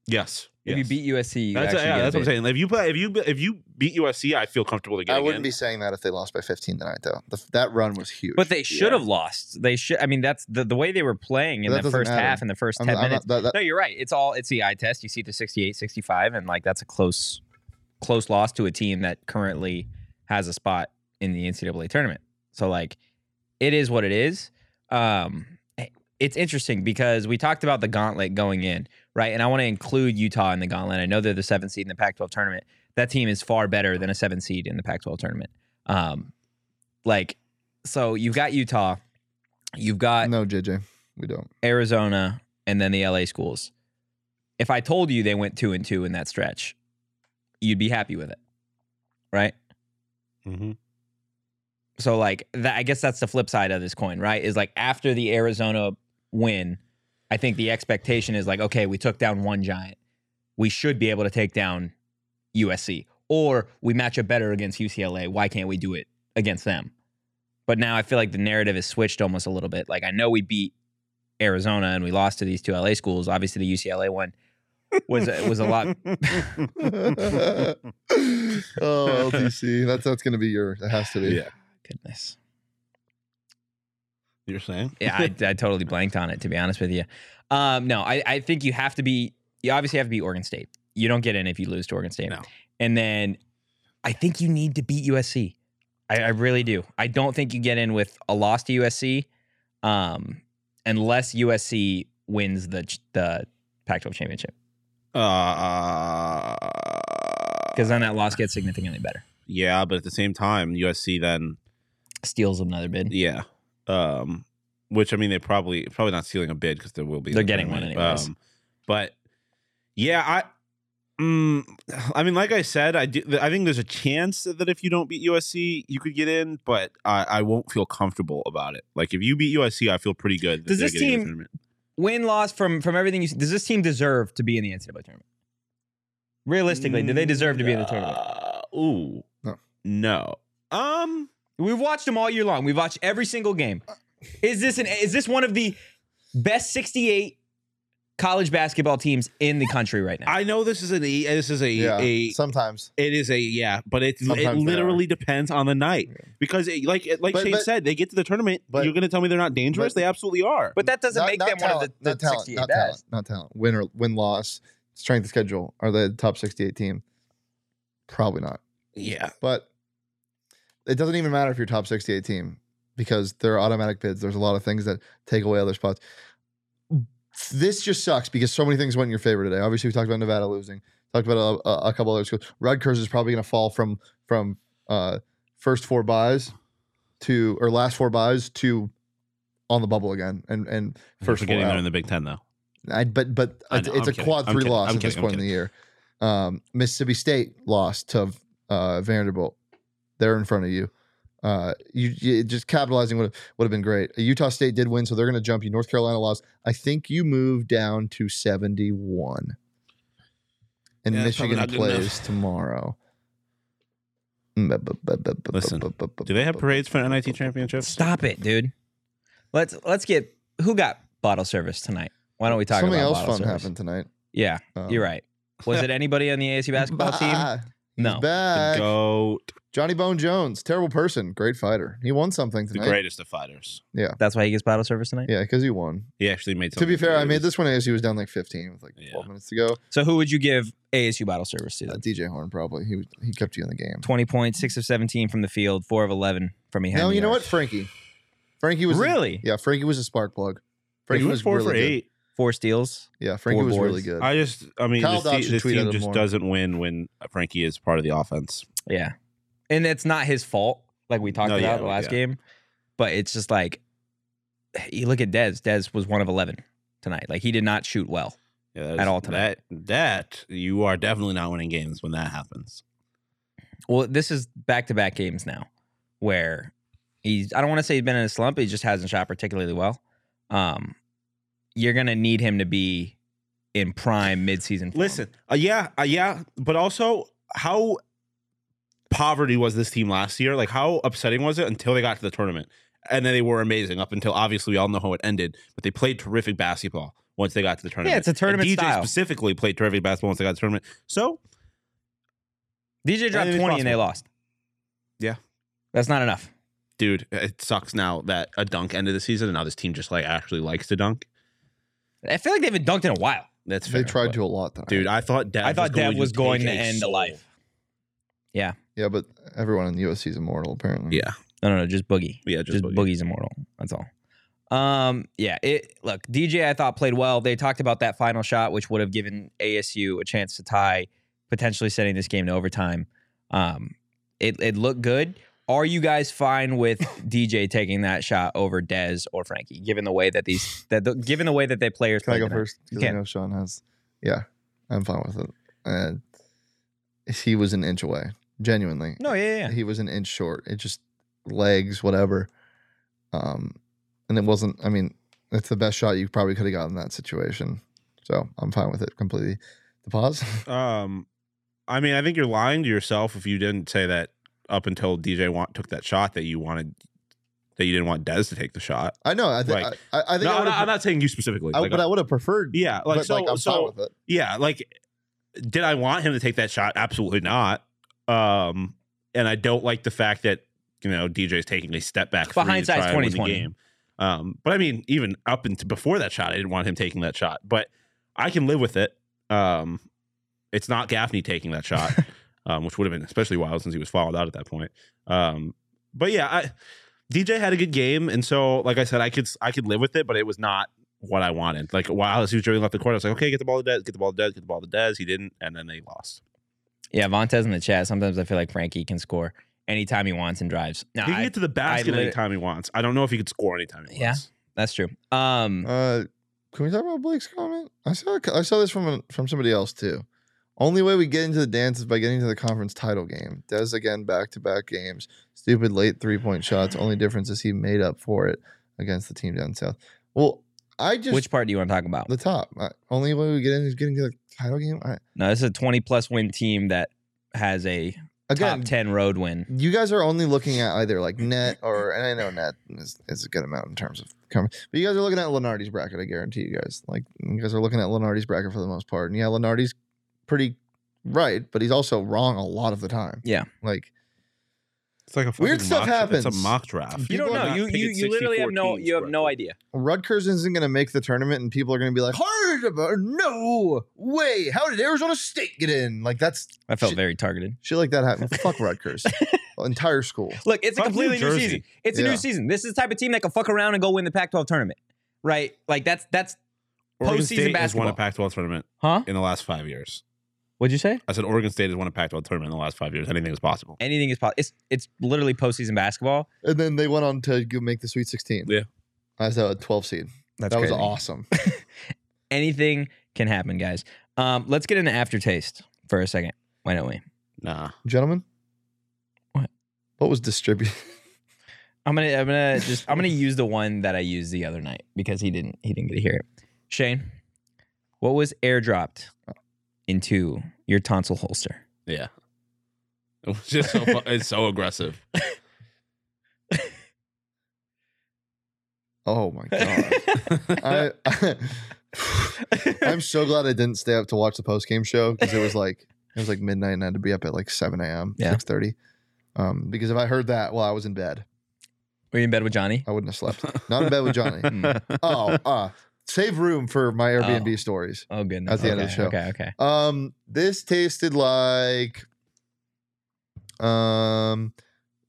Speaker 2: Yes.
Speaker 1: If you
Speaker 2: yes.
Speaker 1: beat USC, you
Speaker 2: that's,
Speaker 1: actually
Speaker 2: yeah,
Speaker 1: get a
Speaker 2: that's what I'm
Speaker 1: bid.
Speaker 2: saying. If you play, if you if you beat USC, I feel comfortable to get
Speaker 3: I
Speaker 2: in.
Speaker 3: wouldn't be saying that if they lost by 15 tonight, though. The, that run was huge.
Speaker 1: But they should have lost. They should. I mean, that's the, the way they were playing in
Speaker 3: That
Speaker 1: the
Speaker 3: doesn't
Speaker 1: first
Speaker 3: matter.
Speaker 1: half, in the 1st
Speaker 3: I'm
Speaker 1: 10
Speaker 3: not- I'm
Speaker 1: minutes.
Speaker 3: not- that- that-
Speaker 1: no, you're right. It's all it's the eye test. You see the 68, 65, and like that's a close, close loss to a team that currently has a spot in the NCAA tournament. So like, it is what it is. Um, it's interesting because we talked about the gauntlet going in, right? And I want to include Utah in the gauntlet. I know they're the seventh seed in the Pac-12 tournament. That team is far better than a seven seed in the Pac-12 tournament. Um, like, so you've got Utah, you've got
Speaker 3: no, JJ, we [laughs] don't.
Speaker 1: Arizona, and then the LA schools. If I told you they went two and two in that stretch, you'd be happy with it, right?
Speaker 2: hmm
Speaker 1: So like that, I guess that's the flip side of this coin, right? Is like after the Arizona win, I think the expectation is like, okay, we took down one giant, we should be able to take down USC, or we match up better against UCLA. Why can't we do it against them? But now I feel like the narrative is switched almost a little bit. Like I know we beat Arizona and we lost to these two LA schools. Obviously, the UCLA one was was a lot
Speaker 3: oh, LTC. That's that's gonna be your. It has to be.
Speaker 2: [laughs] yeah,
Speaker 1: goodness.
Speaker 2: you're saying.
Speaker 1: yeah, I, I totally blanked on it to be honest with you. Um, no, I, I think you have to be. You obviously have to beat Oregon State. You don't get in if you lose to Oregon State.
Speaker 2: No.
Speaker 1: And then I think you need to beat USC. I, I really do. I don't think you get in with a loss to USC, um, unless USC wins the ch- the Pac-12 championship.
Speaker 2: Uh,
Speaker 1: Because then that loss gets significantly better.
Speaker 2: yeah, but at the same time, USC then
Speaker 1: Steals them another bid.
Speaker 2: Yeah. Um, which I mean, they probably probably not stealing a bid because there will be.
Speaker 1: They're
Speaker 2: in the
Speaker 1: getting one
Speaker 2: tournament.
Speaker 1: anyways.
Speaker 2: Um, but yeah, I. Mm, [sighs] I mean, like I said, I do. I think there's a chance that if you don't beat USC, you could get in, but I, I won't feel comfortable about it. Like if you beat USC, I feel pretty good. that
Speaker 1: Does
Speaker 2: they're
Speaker 1: this
Speaker 2: getting in the
Speaker 1: team-
Speaker 2: tournament.
Speaker 1: Win loss from from everything you see, does this team deserve to be in the NCAA tournament? Realistically, do they deserve to be in the tournament?
Speaker 2: Uh, ooh,
Speaker 3: No.
Speaker 2: no. Um,
Speaker 1: We've watched them all year long. We've watched every single game. Is this an is this one of the best 68 college basketball teams in the country right now?
Speaker 2: I know this is an e. This is a E,
Speaker 3: Yeah,
Speaker 2: a
Speaker 3: sometimes.
Speaker 2: It is a yeah, but it it
Speaker 3: Sometimes they
Speaker 2: literally depends on the night
Speaker 3: Yeah.
Speaker 2: because it, like it- like
Speaker 3: But-
Speaker 2: Shane
Speaker 3: but-
Speaker 2: said, they get to the tournament.
Speaker 3: but-
Speaker 2: you're going to tell me they're not dangerous?
Speaker 3: but-
Speaker 2: they absolutely are.
Speaker 1: but that doesn't make them one of the, the
Speaker 3: not talent,
Speaker 1: 68
Speaker 3: not
Speaker 1: best.
Speaker 3: talent, not talent. Win or win loss, strength of schedule are the top 68 team. Probably not,
Speaker 2: yeah,
Speaker 3: but it doesn't even matter if you're top 68 team because there are automatic bids. There's a lot of things that take away other spots. This just sucks because so many things went in your favor today. Obviously, we talked about Nevada losing. Talked about a, a, a couple other schools. Rutgers is probably going to fall from from uh, first four buys to or last four buys to on the bubble again and and first four
Speaker 2: forgetting
Speaker 3: out.
Speaker 2: they're in the Big Ten though.
Speaker 3: I, but but
Speaker 2: I
Speaker 3: it's,
Speaker 2: know,
Speaker 3: it's
Speaker 2: I'm
Speaker 3: a
Speaker 2: kidding,
Speaker 3: quad
Speaker 2: I'm
Speaker 3: 3
Speaker 2: kidding,
Speaker 3: loss
Speaker 2: I'm
Speaker 3: at this
Speaker 2: kidding, I'm
Speaker 3: point in the year. Um, Mississippi State lost to uh, Vanderbilt. They're in front of you. Uh, you, you just capitalizing would would have been great. Utah State did win, so they're going to jump you. North Carolina lost. I think you move down to seventy one, and
Speaker 2: Yeah, that's probably
Speaker 3: Michigan
Speaker 2: not good enough.
Speaker 3: plays tomorrow. Mm,
Speaker 2: Listen, Do they have parades for NIT championships?
Speaker 1: Stop it, dude. Let's let's get who got bottle service tonight. Why don't we talk
Speaker 3: Something
Speaker 1: about
Speaker 3: else
Speaker 1: bottle
Speaker 3: fun
Speaker 1: service?
Speaker 3: happened tonight.
Speaker 1: Yeah,
Speaker 3: Um,
Speaker 1: you're right. Was
Speaker 3: [laughs]
Speaker 1: it anybody on the ASU basketball team?
Speaker 3: bye.
Speaker 1: No.
Speaker 3: [laughs] He's back.
Speaker 2: Go
Speaker 3: Johnny Bone Jones, terrible person, great fighter. He won something
Speaker 2: the
Speaker 3: tonight.
Speaker 2: greatest of fighters.
Speaker 1: That's why he gets bottle service tonight.
Speaker 3: Yeah, because he won.
Speaker 2: He actually made.
Speaker 3: to be
Speaker 2: something
Speaker 3: fair, I
Speaker 2: great.
Speaker 3: made this one as he was down like 15 with like 12
Speaker 2: Yeah.
Speaker 3: minutes to go.
Speaker 1: So who would you give ASU bottle service to?
Speaker 3: Uh, DJ Horn probably he was, he kept you in the game.
Speaker 1: 20 points, 6 of 17 from the field, 4 of 11 from behind.
Speaker 3: No,
Speaker 1: the
Speaker 3: you know
Speaker 1: arc.
Speaker 3: what, Frankie. Frankie was
Speaker 1: Really?
Speaker 3: yeah, Frankie was a spark plug. Frankie
Speaker 2: He was four
Speaker 3: really
Speaker 2: for
Speaker 3: good.
Speaker 2: eight.
Speaker 1: Four steals.
Speaker 3: Yeah, Frankie
Speaker 1: Four
Speaker 3: was really
Speaker 1: boards.
Speaker 3: good.
Speaker 2: I just, I mean,
Speaker 3: Kyle
Speaker 2: this,
Speaker 3: Dodd
Speaker 2: te-
Speaker 3: should
Speaker 2: this
Speaker 3: tweet at
Speaker 2: team
Speaker 3: him
Speaker 2: just
Speaker 3: more.
Speaker 2: doesn't win when Frankie is part of the offense.
Speaker 1: Yeah. And it's not his fault, like we talked
Speaker 2: No, yeah,
Speaker 1: about the last
Speaker 2: yeah.
Speaker 1: game. But it's just like you look at Dez. Dez was one of eleven tonight. Like he did not shoot well.
Speaker 2: Yeah, that
Speaker 1: At
Speaker 2: is-
Speaker 1: all tonight.
Speaker 2: That that you are definitely not winning games when that happens.
Speaker 1: Well, this is back to back games now where he's I don't want to say he's been in a slump, he just hasn't shot particularly well. Um you're gonna need him to be in prime midseason. Form.
Speaker 2: Listen, uh, yeah, uh, yeah, but also how poverty was this team last year? Like how upsetting was it until they got to the tournament? and then they were amazing up until obviously we all know how it ended. But they played terrific basketball once they got to the tournament.
Speaker 1: Yeah, it's a tournament
Speaker 2: And DJ
Speaker 1: style.
Speaker 2: specifically played terrific basketball once they got to the tournament. So
Speaker 1: DJ dropped
Speaker 2: Anything's
Speaker 1: 20 and they
Speaker 2: possible.
Speaker 1: lost.
Speaker 2: Yeah.
Speaker 1: That's not enough.
Speaker 2: dude, it sucks now that a dunk ended the season and now this team just like actually likes to dunk.
Speaker 1: I feel like they haven't dunked in a while.
Speaker 2: That's fair,
Speaker 3: They tried
Speaker 2: but-
Speaker 3: to a lot, though.
Speaker 2: Dude, I thought Dev
Speaker 1: I thought Dev was going to
Speaker 2: take a
Speaker 1: end
Speaker 2: soul.
Speaker 1: life.
Speaker 3: Yeah, but everyone in USC is immortal, apparently.
Speaker 2: Yeah.
Speaker 1: No, no, no, just Boogie.
Speaker 2: Yeah, just,
Speaker 1: Just,
Speaker 2: boogie.
Speaker 1: Boogie's immortal. That's all. Um, yeah, it look, DJ I thought played well. They talked about that final shot, which would have given ASU a chance to tie, potentially sending this game to overtime. Um, it it looked good. Are you guys fine with DJ taking that shot over Dez or Frankie, given the way that these that the, given the way that they players
Speaker 3: Can I
Speaker 1: played
Speaker 3: go
Speaker 1: tonight?
Speaker 3: first?
Speaker 1: You
Speaker 3: 'Cause I
Speaker 1: can.
Speaker 3: know Sean has. Yeah, I'm fine with it. And he was an inch away, genuinely.
Speaker 1: No, yeah, yeah, yeah.
Speaker 3: He was an inch short. It just legs, whatever. Um, and it wasn't. I mean, it's the best shot you probably could have gotten in that situation. So I'm fine with it completely. The pause. [laughs]
Speaker 2: Um, I mean, I think you're lying to yourself if you didn't say that up until DJ want, took that shot that you wanted that you didn't want Dez to take the shot.
Speaker 3: I know. I think.
Speaker 2: Like-
Speaker 3: I, I, I think.
Speaker 2: No,
Speaker 3: I
Speaker 2: I'm
Speaker 3: would
Speaker 2: not, I'm
Speaker 3: have.
Speaker 2: not saying you specifically. like,
Speaker 3: but I would have preferred.
Speaker 2: yeah, like
Speaker 3: but
Speaker 2: so.
Speaker 3: like, I'm
Speaker 2: so
Speaker 3: fine with it.
Speaker 2: yeah, like did I want him to take that shot? Absolutely not. Um, and I don't like the fact that you know DJ's taking a step back.
Speaker 1: But
Speaker 2: three to
Speaker 1: hindsight's
Speaker 2: try and win the
Speaker 1: 20/20.
Speaker 2: game. Um, but I mean, even up until before that shot, I didn't want him taking that shot. But I can live with it. Um, it's not Gaffney taking that shot, um, which would have been especially wild since he was fouled out at that point. Um, but yeah, I, DJ had a good game, and so like I said, I could I could live with it, but it was not what I wanted. Like while he was dribbling off the court, I was like, okay, get the ball to Dez, get the ball to Dez, get the ball to Dez. He didn't, and then they lost.
Speaker 1: Yeah, Vontez in the chat. Sometimes I feel like Frankie can score anytime he wants and drives. No,
Speaker 2: he can
Speaker 1: I-
Speaker 2: get to the basket
Speaker 1: lit-
Speaker 2: anytime he wants. I don't know if he could score anytime he
Speaker 1: Yeah.
Speaker 2: wants.
Speaker 1: that's true. Um,
Speaker 3: Uh, can we talk about Blake's comment? I saw I saw this from from somebody else too. Only way we get into the dance is by getting to the conference title game. Des again back to back games. Stupid late three point shots.
Speaker 1: [sighs]
Speaker 3: Only difference is he made up for it against the team down south. Well, I just
Speaker 1: which part do you want to talk about?
Speaker 3: the top. I, only way we get in is getting to the title game. I,
Speaker 1: No, this is a 20 plus win team that has a
Speaker 3: again,
Speaker 1: top 10 road win.
Speaker 3: you guys are only looking at either like
Speaker 1: Mm-hmm.
Speaker 3: net or and I know net is, is a good amount in terms of coming, but you guys are looking at Lenardi's bracket. I guarantee you guys, like you guys are looking at Lenardi's bracket for the most part. And yeah, Lenardi's pretty right, but he's also wrong a lot of the time.
Speaker 1: Yeah.
Speaker 3: like
Speaker 2: It's like a
Speaker 3: Weird
Speaker 2: fucking
Speaker 3: stuff
Speaker 2: mock, It's
Speaker 3: happens.
Speaker 2: a mock draft.
Speaker 1: You don't
Speaker 3: people are
Speaker 1: know.
Speaker 2: not
Speaker 1: You you,
Speaker 2: picking
Speaker 1: you literally have no
Speaker 2: 64
Speaker 1: you have
Speaker 2: teams
Speaker 1: no
Speaker 2: correctly.
Speaker 1: idea.
Speaker 3: Rutgers isn't going to make the tournament, and people are going to be like, "Hard, no way! How did Arizona State get in?" Like that's
Speaker 1: I felt
Speaker 3: Shit.
Speaker 1: very targeted.
Speaker 3: shit like that happened.
Speaker 1: [laughs]
Speaker 3: Fuck Rutgers, entire school.
Speaker 1: Look, it's a
Speaker 2: Fuck New
Speaker 1: completely new
Speaker 2: Jersey.
Speaker 1: season. It's a
Speaker 3: Yeah.
Speaker 1: new season. This is the type of team that can fuck around and go win the Pac-12 tournament, right? Like that's that's
Speaker 2: Oregon
Speaker 1: Postseason
Speaker 2: State has won a
Speaker 1: basketball.
Speaker 2: Pac-12 tournament
Speaker 1: huh?
Speaker 2: in the last five years.
Speaker 1: What'd you say?
Speaker 2: I said Oregon State has won a Pac-12 tournament in the last five years. Anything is possible.
Speaker 1: Anything is possible. It's it's literally postseason basketball.
Speaker 3: And then they went on to go make the Sweet Sixteen.
Speaker 2: Yeah.
Speaker 3: as a twelve seed.
Speaker 1: That's
Speaker 3: that was
Speaker 1: crazy.
Speaker 3: awesome.
Speaker 1: Anything can happen, guys. Um, let's get into aftertaste for a second. Why don't we?
Speaker 2: Nah.
Speaker 3: gentlemen.
Speaker 1: What?
Speaker 3: What was distributed?
Speaker 1: I'm gonna I'm gonna just I'm gonna use the one that I used the other night because he didn't he didn't get to hear it. Shane, what was airdropped into your tonsil holster? [laughs]
Speaker 2: Yeah. It was just so fu- it's so aggressive.
Speaker 3: [laughs] [laughs] Oh my god!
Speaker 1: [laughs]
Speaker 2: [laughs]
Speaker 3: I, I [laughs] I'm so glad I didn't stay up to watch the post game show because it was like it was like midnight and I had to be up at like 7 a.m.
Speaker 1: Yeah.
Speaker 3: 6:30. Um, because if I heard that while I was in bed,
Speaker 1: Were you in bed with Johnny?
Speaker 3: I wouldn't have slept. Not in bed with Johnny.
Speaker 2: Mm.
Speaker 1: [laughs]
Speaker 3: Oh, uh, save room for my Airbnb stories.
Speaker 1: Oh goodness.
Speaker 3: At the end of
Speaker 1: Okay,
Speaker 3: the show.
Speaker 1: Okay, okay.
Speaker 3: Um, this tasted like, um,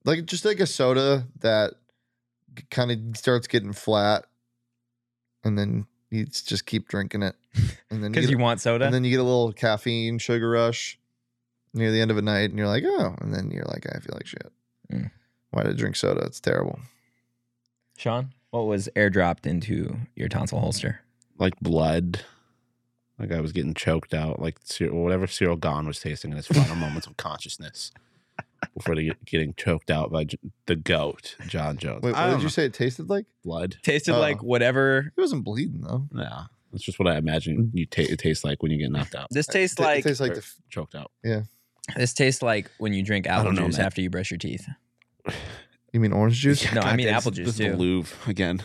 Speaker 3: like just like a soda that kind of starts getting flat, and then you s- just keep drinking it,
Speaker 1: [laughs]
Speaker 3: and then you,
Speaker 1: Because
Speaker 3: get,
Speaker 1: you want soda?
Speaker 3: and then you get a little caffeine sugar rush near the end of a night, and you're like, oh, and then you're like, I feel like shit.
Speaker 1: Mm.
Speaker 3: Why did I drink soda? It's terrible.
Speaker 1: Sean, what was airdropped into your tonsil holster?
Speaker 2: like blood. Like I was getting choked out, like Cyr- whatever Cyril Gahn was tasting in his final moments of consciousness before the, getting choked out by J- the goat, John Jones.
Speaker 3: Wait,
Speaker 2: I
Speaker 3: what
Speaker 2: don't
Speaker 3: did you
Speaker 2: know.
Speaker 3: say it tasted like?
Speaker 2: Blood.
Speaker 1: Tasted
Speaker 3: Oh.
Speaker 1: like whatever.
Speaker 3: It wasn't bleeding though.
Speaker 2: Yeah. That's just what I imagine you ta- it tastes like when you get knocked out,
Speaker 1: This tastes
Speaker 3: It-
Speaker 1: like
Speaker 3: it tastes like the f-
Speaker 2: choked out.
Speaker 1: this tastes like when you drink
Speaker 2: I
Speaker 1: apple
Speaker 2: don't know,
Speaker 1: juice
Speaker 2: man.
Speaker 1: after you brush your teeth.
Speaker 3: You
Speaker 1: [laughs]
Speaker 3: mean orange juice?
Speaker 1: No, I mean
Speaker 2: this-
Speaker 1: apple juice,
Speaker 2: This is
Speaker 1: too.
Speaker 2: the Louvre again.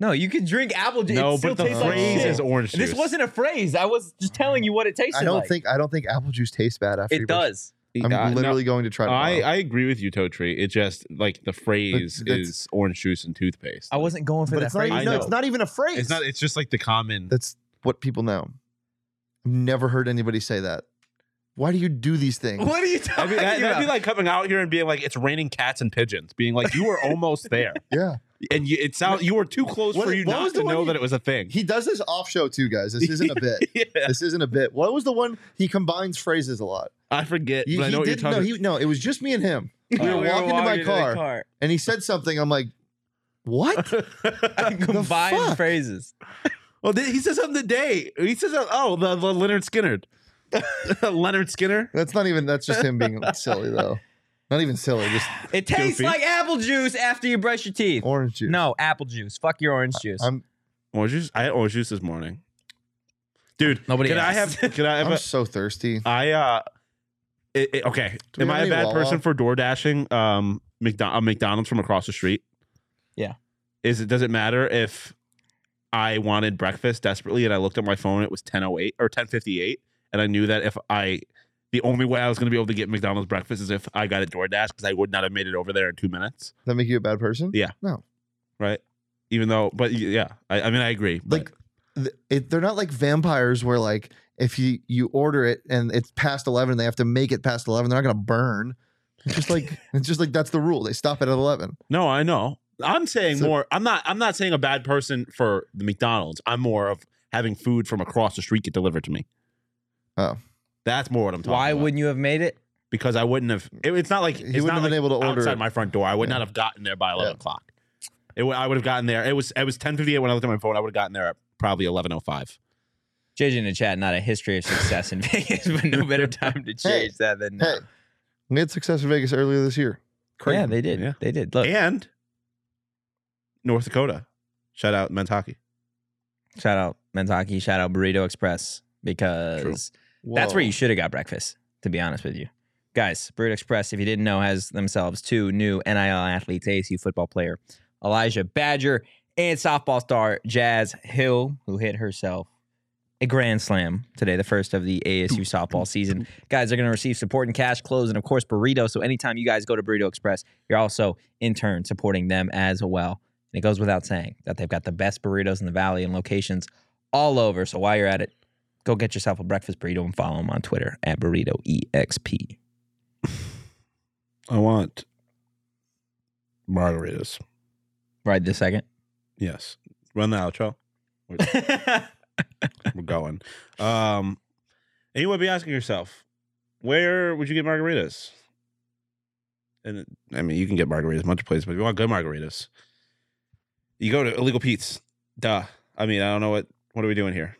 Speaker 1: No, you can drink apple juice.
Speaker 2: no,
Speaker 1: it still
Speaker 2: but the
Speaker 1: tastes
Speaker 2: phrase
Speaker 1: like shit.
Speaker 2: is orange juice.
Speaker 1: This wasn't a phrase. I was just telling you what it tasted
Speaker 3: I don't
Speaker 1: like.
Speaker 3: think I don't think apple juice tastes bad after. you
Speaker 1: it does.
Speaker 3: I'm
Speaker 2: Uh, no,
Speaker 3: literally going to try.
Speaker 2: I,
Speaker 3: tomorrow.
Speaker 2: I agree with you, Toe Tree. It just like the phrase
Speaker 3: that's-
Speaker 2: is orange juice and toothpaste.
Speaker 1: I wasn't going for
Speaker 3: but
Speaker 1: that
Speaker 3: it's not.
Speaker 1: phrase.
Speaker 2: I
Speaker 3: Even, no, it's
Speaker 2: know.
Speaker 3: not even a phrase.
Speaker 2: It's not.
Speaker 3: [laughs]
Speaker 2: It's just like the common.
Speaker 3: That's what people know. I've never heard anybody say that. Why do you do these things?
Speaker 1: What are you talking
Speaker 2: [laughs] That'd be,
Speaker 3: [laughs]
Speaker 2: that,
Speaker 1: about?
Speaker 2: would be like coming out here and being like, "It's raining cats and pigeons." Being like, "You were almost there,"
Speaker 3: [laughs] Yeah,
Speaker 2: and you, it sounds you were too close
Speaker 3: What-
Speaker 2: for you
Speaker 3: what
Speaker 2: not
Speaker 3: was the
Speaker 2: to
Speaker 3: one
Speaker 2: know
Speaker 3: you-
Speaker 2: that it was a thing.
Speaker 3: he does this off show too, guys. This isn't a
Speaker 2: [laughs]
Speaker 3: bit.
Speaker 2: yeah,
Speaker 3: This isn't a bit. What was the one he combines phrases a lot?
Speaker 2: I forget,
Speaker 3: He,
Speaker 2: but I
Speaker 3: he
Speaker 2: know what you're
Speaker 3: did,
Speaker 2: talking.
Speaker 3: no, he, no, it was just me and him,
Speaker 1: we
Speaker 2: were
Speaker 3: walking to my car.
Speaker 1: [laughs]
Speaker 3: and he said something. I'm like,
Speaker 2: [laughs]
Speaker 3: what?
Speaker 1: Combined
Speaker 3: fuck?
Speaker 1: phrases.
Speaker 2: well, th- he says something today. He says, "Oh, the, the Leonard Skinner." [laughs] Leonard Skinner.
Speaker 3: That's not even. That's just him
Speaker 2: [laughs]
Speaker 3: being silly though. Not even silly. Just
Speaker 1: It tastes
Speaker 2: Goofy.
Speaker 1: like apple juice after you brush your teeth.
Speaker 3: orange juice.
Speaker 1: No, apple juice. Fuck your orange juice.
Speaker 3: I'm
Speaker 2: Orange juice. I had orange juice this morning, dude.
Speaker 1: Nobody [laughs]
Speaker 2: Can
Speaker 1: asked.
Speaker 2: I have? Can I have?
Speaker 3: I'm
Speaker 2: a-
Speaker 3: so thirsty.
Speaker 2: I uh, it, it- okay.
Speaker 3: Do we
Speaker 2: Am
Speaker 3: have
Speaker 2: I a
Speaker 3: any
Speaker 2: bad
Speaker 3: Wawa?
Speaker 2: person for door dashing? Um, McDo- uh, McDonald's from across the street.
Speaker 1: Yeah.
Speaker 2: Is it? Does it matter if I wanted breakfast desperately and I looked at my phone? It was ten oh eight or ten fifty eight, and I knew that if I, the only way I was going to be able to get McDonald's breakfast is if I got it DoorDash because I would not have made it over there in two minutes,
Speaker 3: Does that make you a bad person?
Speaker 2: Yeah. right? Even though, but y- yeah, I, I mean, I agree. But
Speaker 3: Like th- it, they're not like vampires where like if you you order it and it's past 11 they have to make it past 11 they're not going to burn it's just like it's just like that's the rule they stop it at 11
Speaker 2: No, I know. I'm saying
Speaker 3: So-
Speaker 2: more. I'm not. I'm not saying a bad person for the McDonald's. I'm more of having food from across the street get delivered to me.
Speaker 3: Oh.
Speaker 2: that's more what I'm talking.
Speaker 1: Why
Speaker 2: about.
Speaker 1: wouldn't you have made it?
Speaker 2: Because I wouldn't have. it- it's not like
Speaker 3: You
Speaker 2: it's
Speaker 3: wouldn't
Speaker 2: not
Speaker 3: have
Speaker 2: like
Speaker 3: been able to order
Speaker 2: outside
Speaker 3: it.
Speaker 2: my front door. I would
Speaker 3: Yeah.
Speaker 2: not have gotten there by 11
Speaker 3: Yeah.
Speaker 2: o'clock. It, would- I would have gotten there. It was. It was 10:58 when I looked at my phone. I would have gotten there at probably 11:05.
Speaker 1: JJ in the chat, not a history of success in [laughs] Vegas, but no
Speaker 3: [laughs]
Speaker 1: better time to change
Speaker 3: Hey,
Speaker 1: that than now.
Speaker 3: hey we had success in vegas earlier this year
Speaker 1: yeah, they did.
Speaker 2: yeah.
Speaker 1: They did. Look,
Speaker 2: And North Dakota. Shout out men's hockey.
Speaker 1: shout out Men's Hockey, shout out Burrito Express because That's where you should have got breakfast, to be honest with you. Guys, Burrito Express, if you didn't know, has themselves two new NIL athletes, ASU football player Elijah Badger and softball star Jazz Hill, who hit herself a grand slam today, the first of the ASU softball season. Guys are going to receive support in cash, clothes, and of course, burrito. So anytime you guys go to Burrito Express, you're also in turn supporting them as well. And it goes without saying that they've got the best burritos in the valley and locations all over. So while you're at it, go get yourself a breakfast burrito and follow him on Twitter at burrito E exp.
Speaker 2: I want margaritas.
Speaker 1: Right this [laughs] second.
Speaker 2: Yes. Run the outro. we're going. Um, and you might be asking yourself, where would you get margaritas? And it- I mean, you can get margaritas much places, but if you want good margaritas, you go to Illegal Pete's. Duh. I mean, I don't know what. What are we doing here?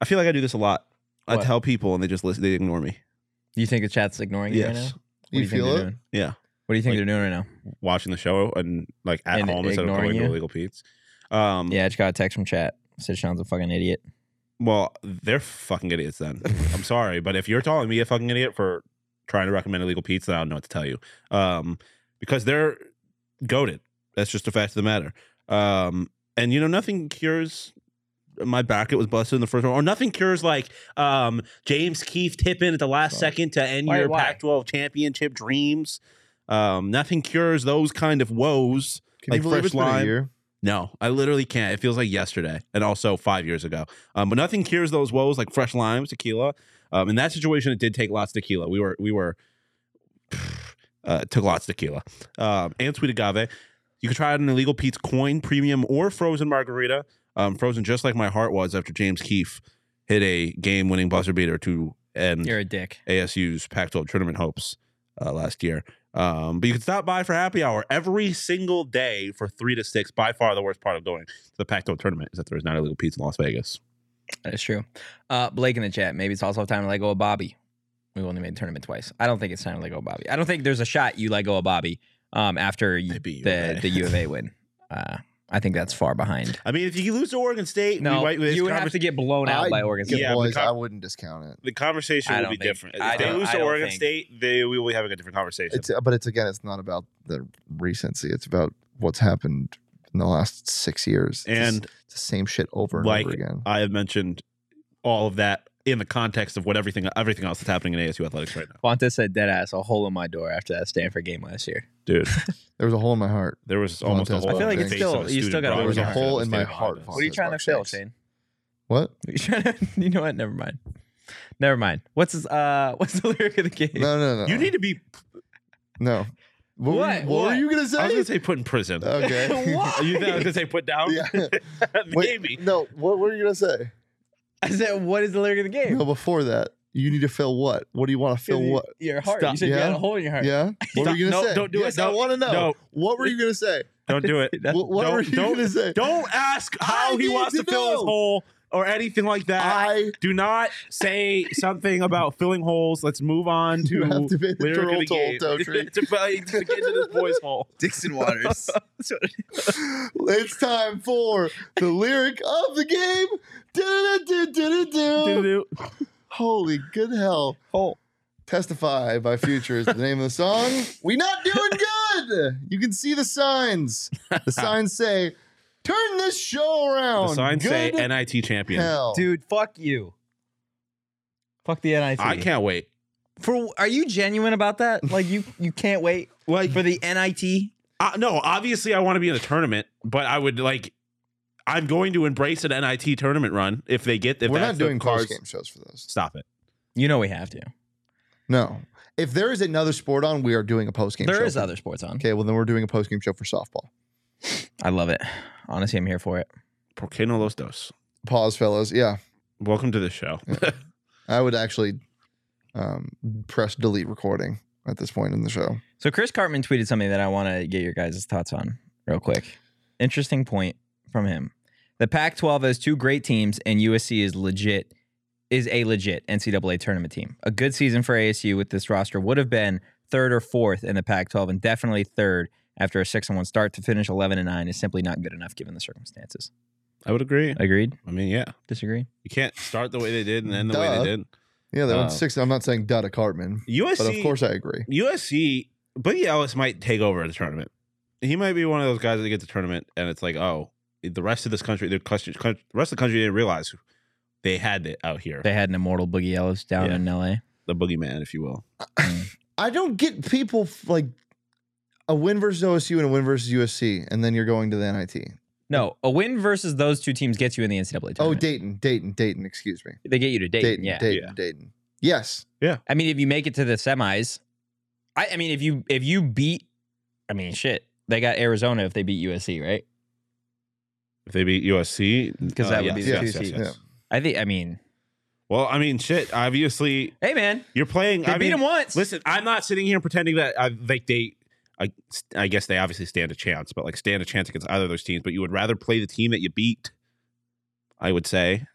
Speaker 2: I feel like I do this a lot. I
Speaker 1: What?
Speaker 2: tell people and they just listen. They ignore me.
Speaker 1: you think the chat's ignoring you right now?
Speaker 2: Yes.
Speaker 1: What do
Speaker 3: you,
Speaker 1: think
Speaker 3: feel
Speaker 1: they're
Speaker 3: it
Speaker 1: doing?
Speaker 2: Yeah.
Speaker 1: What do you think
Speaker 2: Like-
Speaker 1: they're doing right now?
Speaker 2: Watching the show and like at
Speaker 1: And
Speaker 2: home instead of
Speaker 1: ignoring
Speaker 2: going
Speaker 1: you?
Speaker 2: to Illegal Pete's. Um,
Speaker 1: Yeah, I just got a text from chat. Said Sean's a fucking idiot.
Speaker 2: Well, they're fucking idiots then.
Speaker 1: [laughs]
Speaker 2: I'm sorry, but if you're calling me a fucking idiot for trying to recommend illegal pizza, I don't know what to tell you. Um, because they're goaded. That's just a fact of the matter. Um, and you know, nothing cures my back. It was busted in the first round, or nothing cures like um, James Keith tipping at the last
Speaker 3: Sorry.
Speaker 2: second to end
Speaker 1: Why-
Speaker 2: your
Speaker 1: why?
Speaker 2: Pac-12 championship dreams. Um, nothing cures those kind of woes.
Speaker 3: can
Speaker 2: Like
Speaker 3: you believe
Speaker 2: fresh
Speaker 3: it's been a
Speaker 2: lime.
Speaker 3: year
Speaker 2: No, I literally can't. It feels like yesterday and also five years ago. Um, but nothing cures those woes like fresh limes, tequila. Um, in that situation, it did take lots of tequila. We were, we were, [sighs] uh, took lots of tequila um, and sweet agave. You could try out an illegal Pete's coin, premium, or frozen margarita. Um, frozen just like my heart was after James Keefe hit a game winning buzzer beater to end
Speaker 1: You're a dick.
Speaker 2: ASU's Pac 12 tournament hopes uh, last year. Um, but you can stop by for happy hour every single day for three to six. By far, the worst part of going to the Pac 12 tournament is that there is not illegal pizza in Las Vegas.
Speaker 1: That is true. Uh, Blake in the chat. Maybe it's also time to let go of Bobby. We've only made the tournament twice. I don't think it's time to let go of Bobby. I don't think there's a shot you let go of Bobby um, after you,
Speaker 2: They beat U of
Speaker 1: the
Speaker 2: A.
Speaker 1: the U of A win. Uh, I think that's far behind.
Speaker 2: [laughs] I mean, if you lose to Oregon State, we
Speaker 1: No,
Speaker 2: might- this
Speaker 1: you would
Speaker 2: conver-
Speaker 1: have to get blown out
Speaker 3: I-
Speaker 1: by Oregon State.
Speaker 2: Yeah,
Speaker 3: boys,
Speaker 2: because-
Speaker 3: I wouldn't discount it.
Speaker 2: the conversation
Speaker 1: I
Speaker 2: will
Speaker 1: don't
Speaker 2: be
Speaker 1: think-
Speaker 2: different.
Speaker 1: I
Speaker 2: If they
Speaker 1: don't-
Speaker 2: lose
Speaker 1: I
Speaker 2: to
Speaker 1: don't
Speaker 2: Oregon
Speaker 1: think-
Speaker 2: State, they we will be having a different conversation.
Speaker 3: It's but it's again, it's not about the recency. It's about what's happened in the last six years. It's just-
Speaker 2: and
Speaker 3: it's the same shit over and
Speaker 2: Like,
Speaker 3: over again.
Speaker 2: I have mentioned all of that in the context of what everything everything else that's happening in ASU athletics right now.
Speaker 1: Fontes said dead ass a hole in my door after that Stanford game last year.
Speaker 2: Dude,
Speaker 3: There was a hole in my heart.
Speaker 2: there was almost a
Speaker 3: Contest.
Speaker 2: hole.
Speaker 3: I feel like
Speaker 2: in the
Speaker 3: it's
Speaker 2: face
Speaker 1: still-
Speaker 2: of a
Speaker 1: you
Speaker 2: student
Speaker 1: still gotta
Speaker 2: body
Speaker 1: There was a
Speaker 2: broadcast
Speaker 3: hole
Speaker 2: of
Speaker 3: in
Speaker 2: the
Speaker 3: my
Speaker 2: state of
Speaker 3: heart,
Speaker 2: Ohio.
Speaker 1: What are you
Speaker 3: Fontes
Speaker 1: trying to
Speaker 3: Buck
Speaker 1: fill,
Speaker 3: Six.
Speaker 1: Shane? [laughs]
Speaker 3: What?
Speaker 1: You trying to? You know what? Never mind. Never mind. What's his, uh? [laughs] What's the lyric of the game?
Speaker 3: No, no, no.
Speaker 2: You need to be.
Speaker 3: no. What? were
Speaker 1: What?
Speaker 3: you- What, were
Speaker 1: What?
Speaker 3: you gonna
Speaker 2: I was
Speaker 3: say?
Speaker 2: gonna say put in
Speaker 3: [laughs]
Speaker 2: prison. [laughs]
Speaker 3: okay.
Speaker 1: [laughs] What?
Speaker 2: you think I was gonna say put down?
Speaker 3: [laughs]
Speaker 2: [laughs]
Speaker 3: Yeah. Wait,
Speaker 2: Maybe.
Speaker 3: No. What were you gonna say?
Speaker 1: I said, what is the lyric of the game?
Speaker 3: No. Before that, you need to fill what? What do you want to fill?
Speaker 1: Your-
Speaker 3: What?
Speaker 1: Your heart. You
Speaker 2: Stop.
Speaker 1: said you had
Speaker 3: Yeah.
Speaker 1: a hole in your heart. [laughs]
Speaker 3: Yeah. What were
Speaker 2: Stop.
Speaker 3: you gonna
Speaker 2: No,
Speaker 3: say?
Speaker 2: don't do it.
Speaker 3: Yes, I
Speaker 2: No,
Speaker 3: want to know.
Speaker 2: no.
Speaker 3: What were you gonna say?
Speaker 2: Don't do it.
Speaker 1: That's-
Speaker 3: What, what
Speaker 2: Don't-
Speaker 3: were you
Speaker 2: don't-
Speaker 3: gonna say?
Speaker 2: Don't ask how
Speaker 3: I
Speaker 2: he
Speaker 3: need
Speaker 2: wants to
Speaker 3: to
Speaker 2: fill his
Speaker 3: know.
Speaker 2: hole or anything like that.
Speaker 3: I
Speaker 2: Do not say something about filling holes. Let's move on to
Speaker 3: You have to pay the
Speaker 2: lyric of the
Speaker 3: total
Speaker 2: game.
Speaker 3: toll, Totri.
Speaker 2: [laughs] to, play- to get to this boy's hole.
Speaker 4: Dixon Waters.
Speaker 1: That's what it-
Speaker 3: [laughs] it's time for the lyric of the game. Do-do-do-do-do-do.
Speaker 2: Doo-doo.
Speaker 3: Holy good hell.
Speaker 1: Hole.
Speaker 3: Testify by Future is the name of the song. We not doing good. You can see the signs.
Speaker 2: [laughs]
Speaker 3: The signs say, turn this show around.
Speaker 2: The signs say
Speaker 3: Good
Speaker 2: NIT champion.
Speaker 3: hell.
Speaker 1: Dude, fuck you. Fuck the NIT.
Speaker 2: I can't wait.
Speaker 1: For are you genuine about that? Like you you can't wait
Speaker 2: [laughs] Like,
Speaker 1: for the NIT?
Speaker 2: uh, no, obviously I want to be in the tournament, but I would like. I'm going to embrace an NIT tournament run if they get. If
Speaker 3: We're
Speaker 2: that's
Speaker 3: not
Speaker 2: the
Speaker 3: doing
Speaker 2: cards.
Speaker 3: post game shows for those.
Speaker 2: Stop it.
Speaker 1: You know we have to.
Speaker 3: No. If there is another sport on, we are doing a post game show.
Speaker 1: There is
Speaker 3: for-
Speaker 1: other sports on.
Speaker 3: Okay, well, then we're doing a post game show for softball.
Speaker 1: I love it. Honestly, I'm here for it.
Speaker 2: Por qué no los dos?
Speaker 3: Pause, fellas. Yeah.
Speaker 2: Welcome to the show.
Speaker 3: I would actually um, press delete recording at this point in the show.
Speaker 1: So Chris Cartman tweeted something that I want to get your guys' thoughts on real quick. Interesting point from him. The Pac-12 has two great teams, and USC is legit is a legit NCAA tournament team. A good season for ASU with this roster would have been third or fourth in the Pac-12, and definitely third after a six and one start to finish eleven and nine is simply not good enough given the circumstances.
Speaker 2: I would agree.
Speaker 1: Agreed?
Speaker 2: I mean, yeah,
Speaker 1: Disagree?
Speaker 2: you can't start the way they did and end the way
Speaker 3: Duh.
Speaker 2: they did.
Speaker 3: Yeah, they
Speaker 2: Uh,
Speaker 3: went six. I'm not saying Dutta Cartman,
Speaker 2: USC,
Speaker 3: but of course I agree.
Speaker 2: USC, Buddy Ellis might take over the tournament. He might be one of those guys that gets the tournament, and it's like, oh, the rest of this country, the cust- cun- rest of the country didn't realize they had it out here,
Speaker 1: They had an immortal Boogie Ellis down
Speaker 2: Yeah.
Speaker 1: in Mm. LA.
Speaker 3: [laughs]
Speaker 2: the boogeyman, if you will.
Speaker 3: I don't get people f- like a win versus OSU and a win versus USC, and then you're going to the NIT.
Speaker 1: No, a win versus those two teams gets you in the NCAA tournament.
Speaker 3: Oh, Dayton, Dayton, Dayton. Excuse me,
Speaker 1: they get you to Dayton.
Speaker 3: Dayton,
Speaker 1: yeah.
Speaker 3: Dayton,
Speaker 2: Yeah.
Speaker 3: Dayton. Yes,
Speaker 1: I mean, if you make it to the semis, I, I mean, if you if you beat, I mean, shit, they got Arizona if they beat USC, right?
Speaker 2: If they beat USC,
Speaker 1: Mm, 'Cause that would be the
Speaker 3: two
Speaker 1: seed. I think. I mean,
Speaker 2: Well, I mean, shit. Obviously,
Speaker 1: hey, man,
Speaker 2: you're playing.
Speaker 1: they
Speaker 2: I
Speaker 1: beat
Speaker 2: mean,
Speaker 1: them once.
Speaker 2: Listen, I'm not sitting here pretending that I like they. I, I guess they obviously stand a chance, but like stand a chance against either of those teams. But you would rather play the team that you beat, I would say,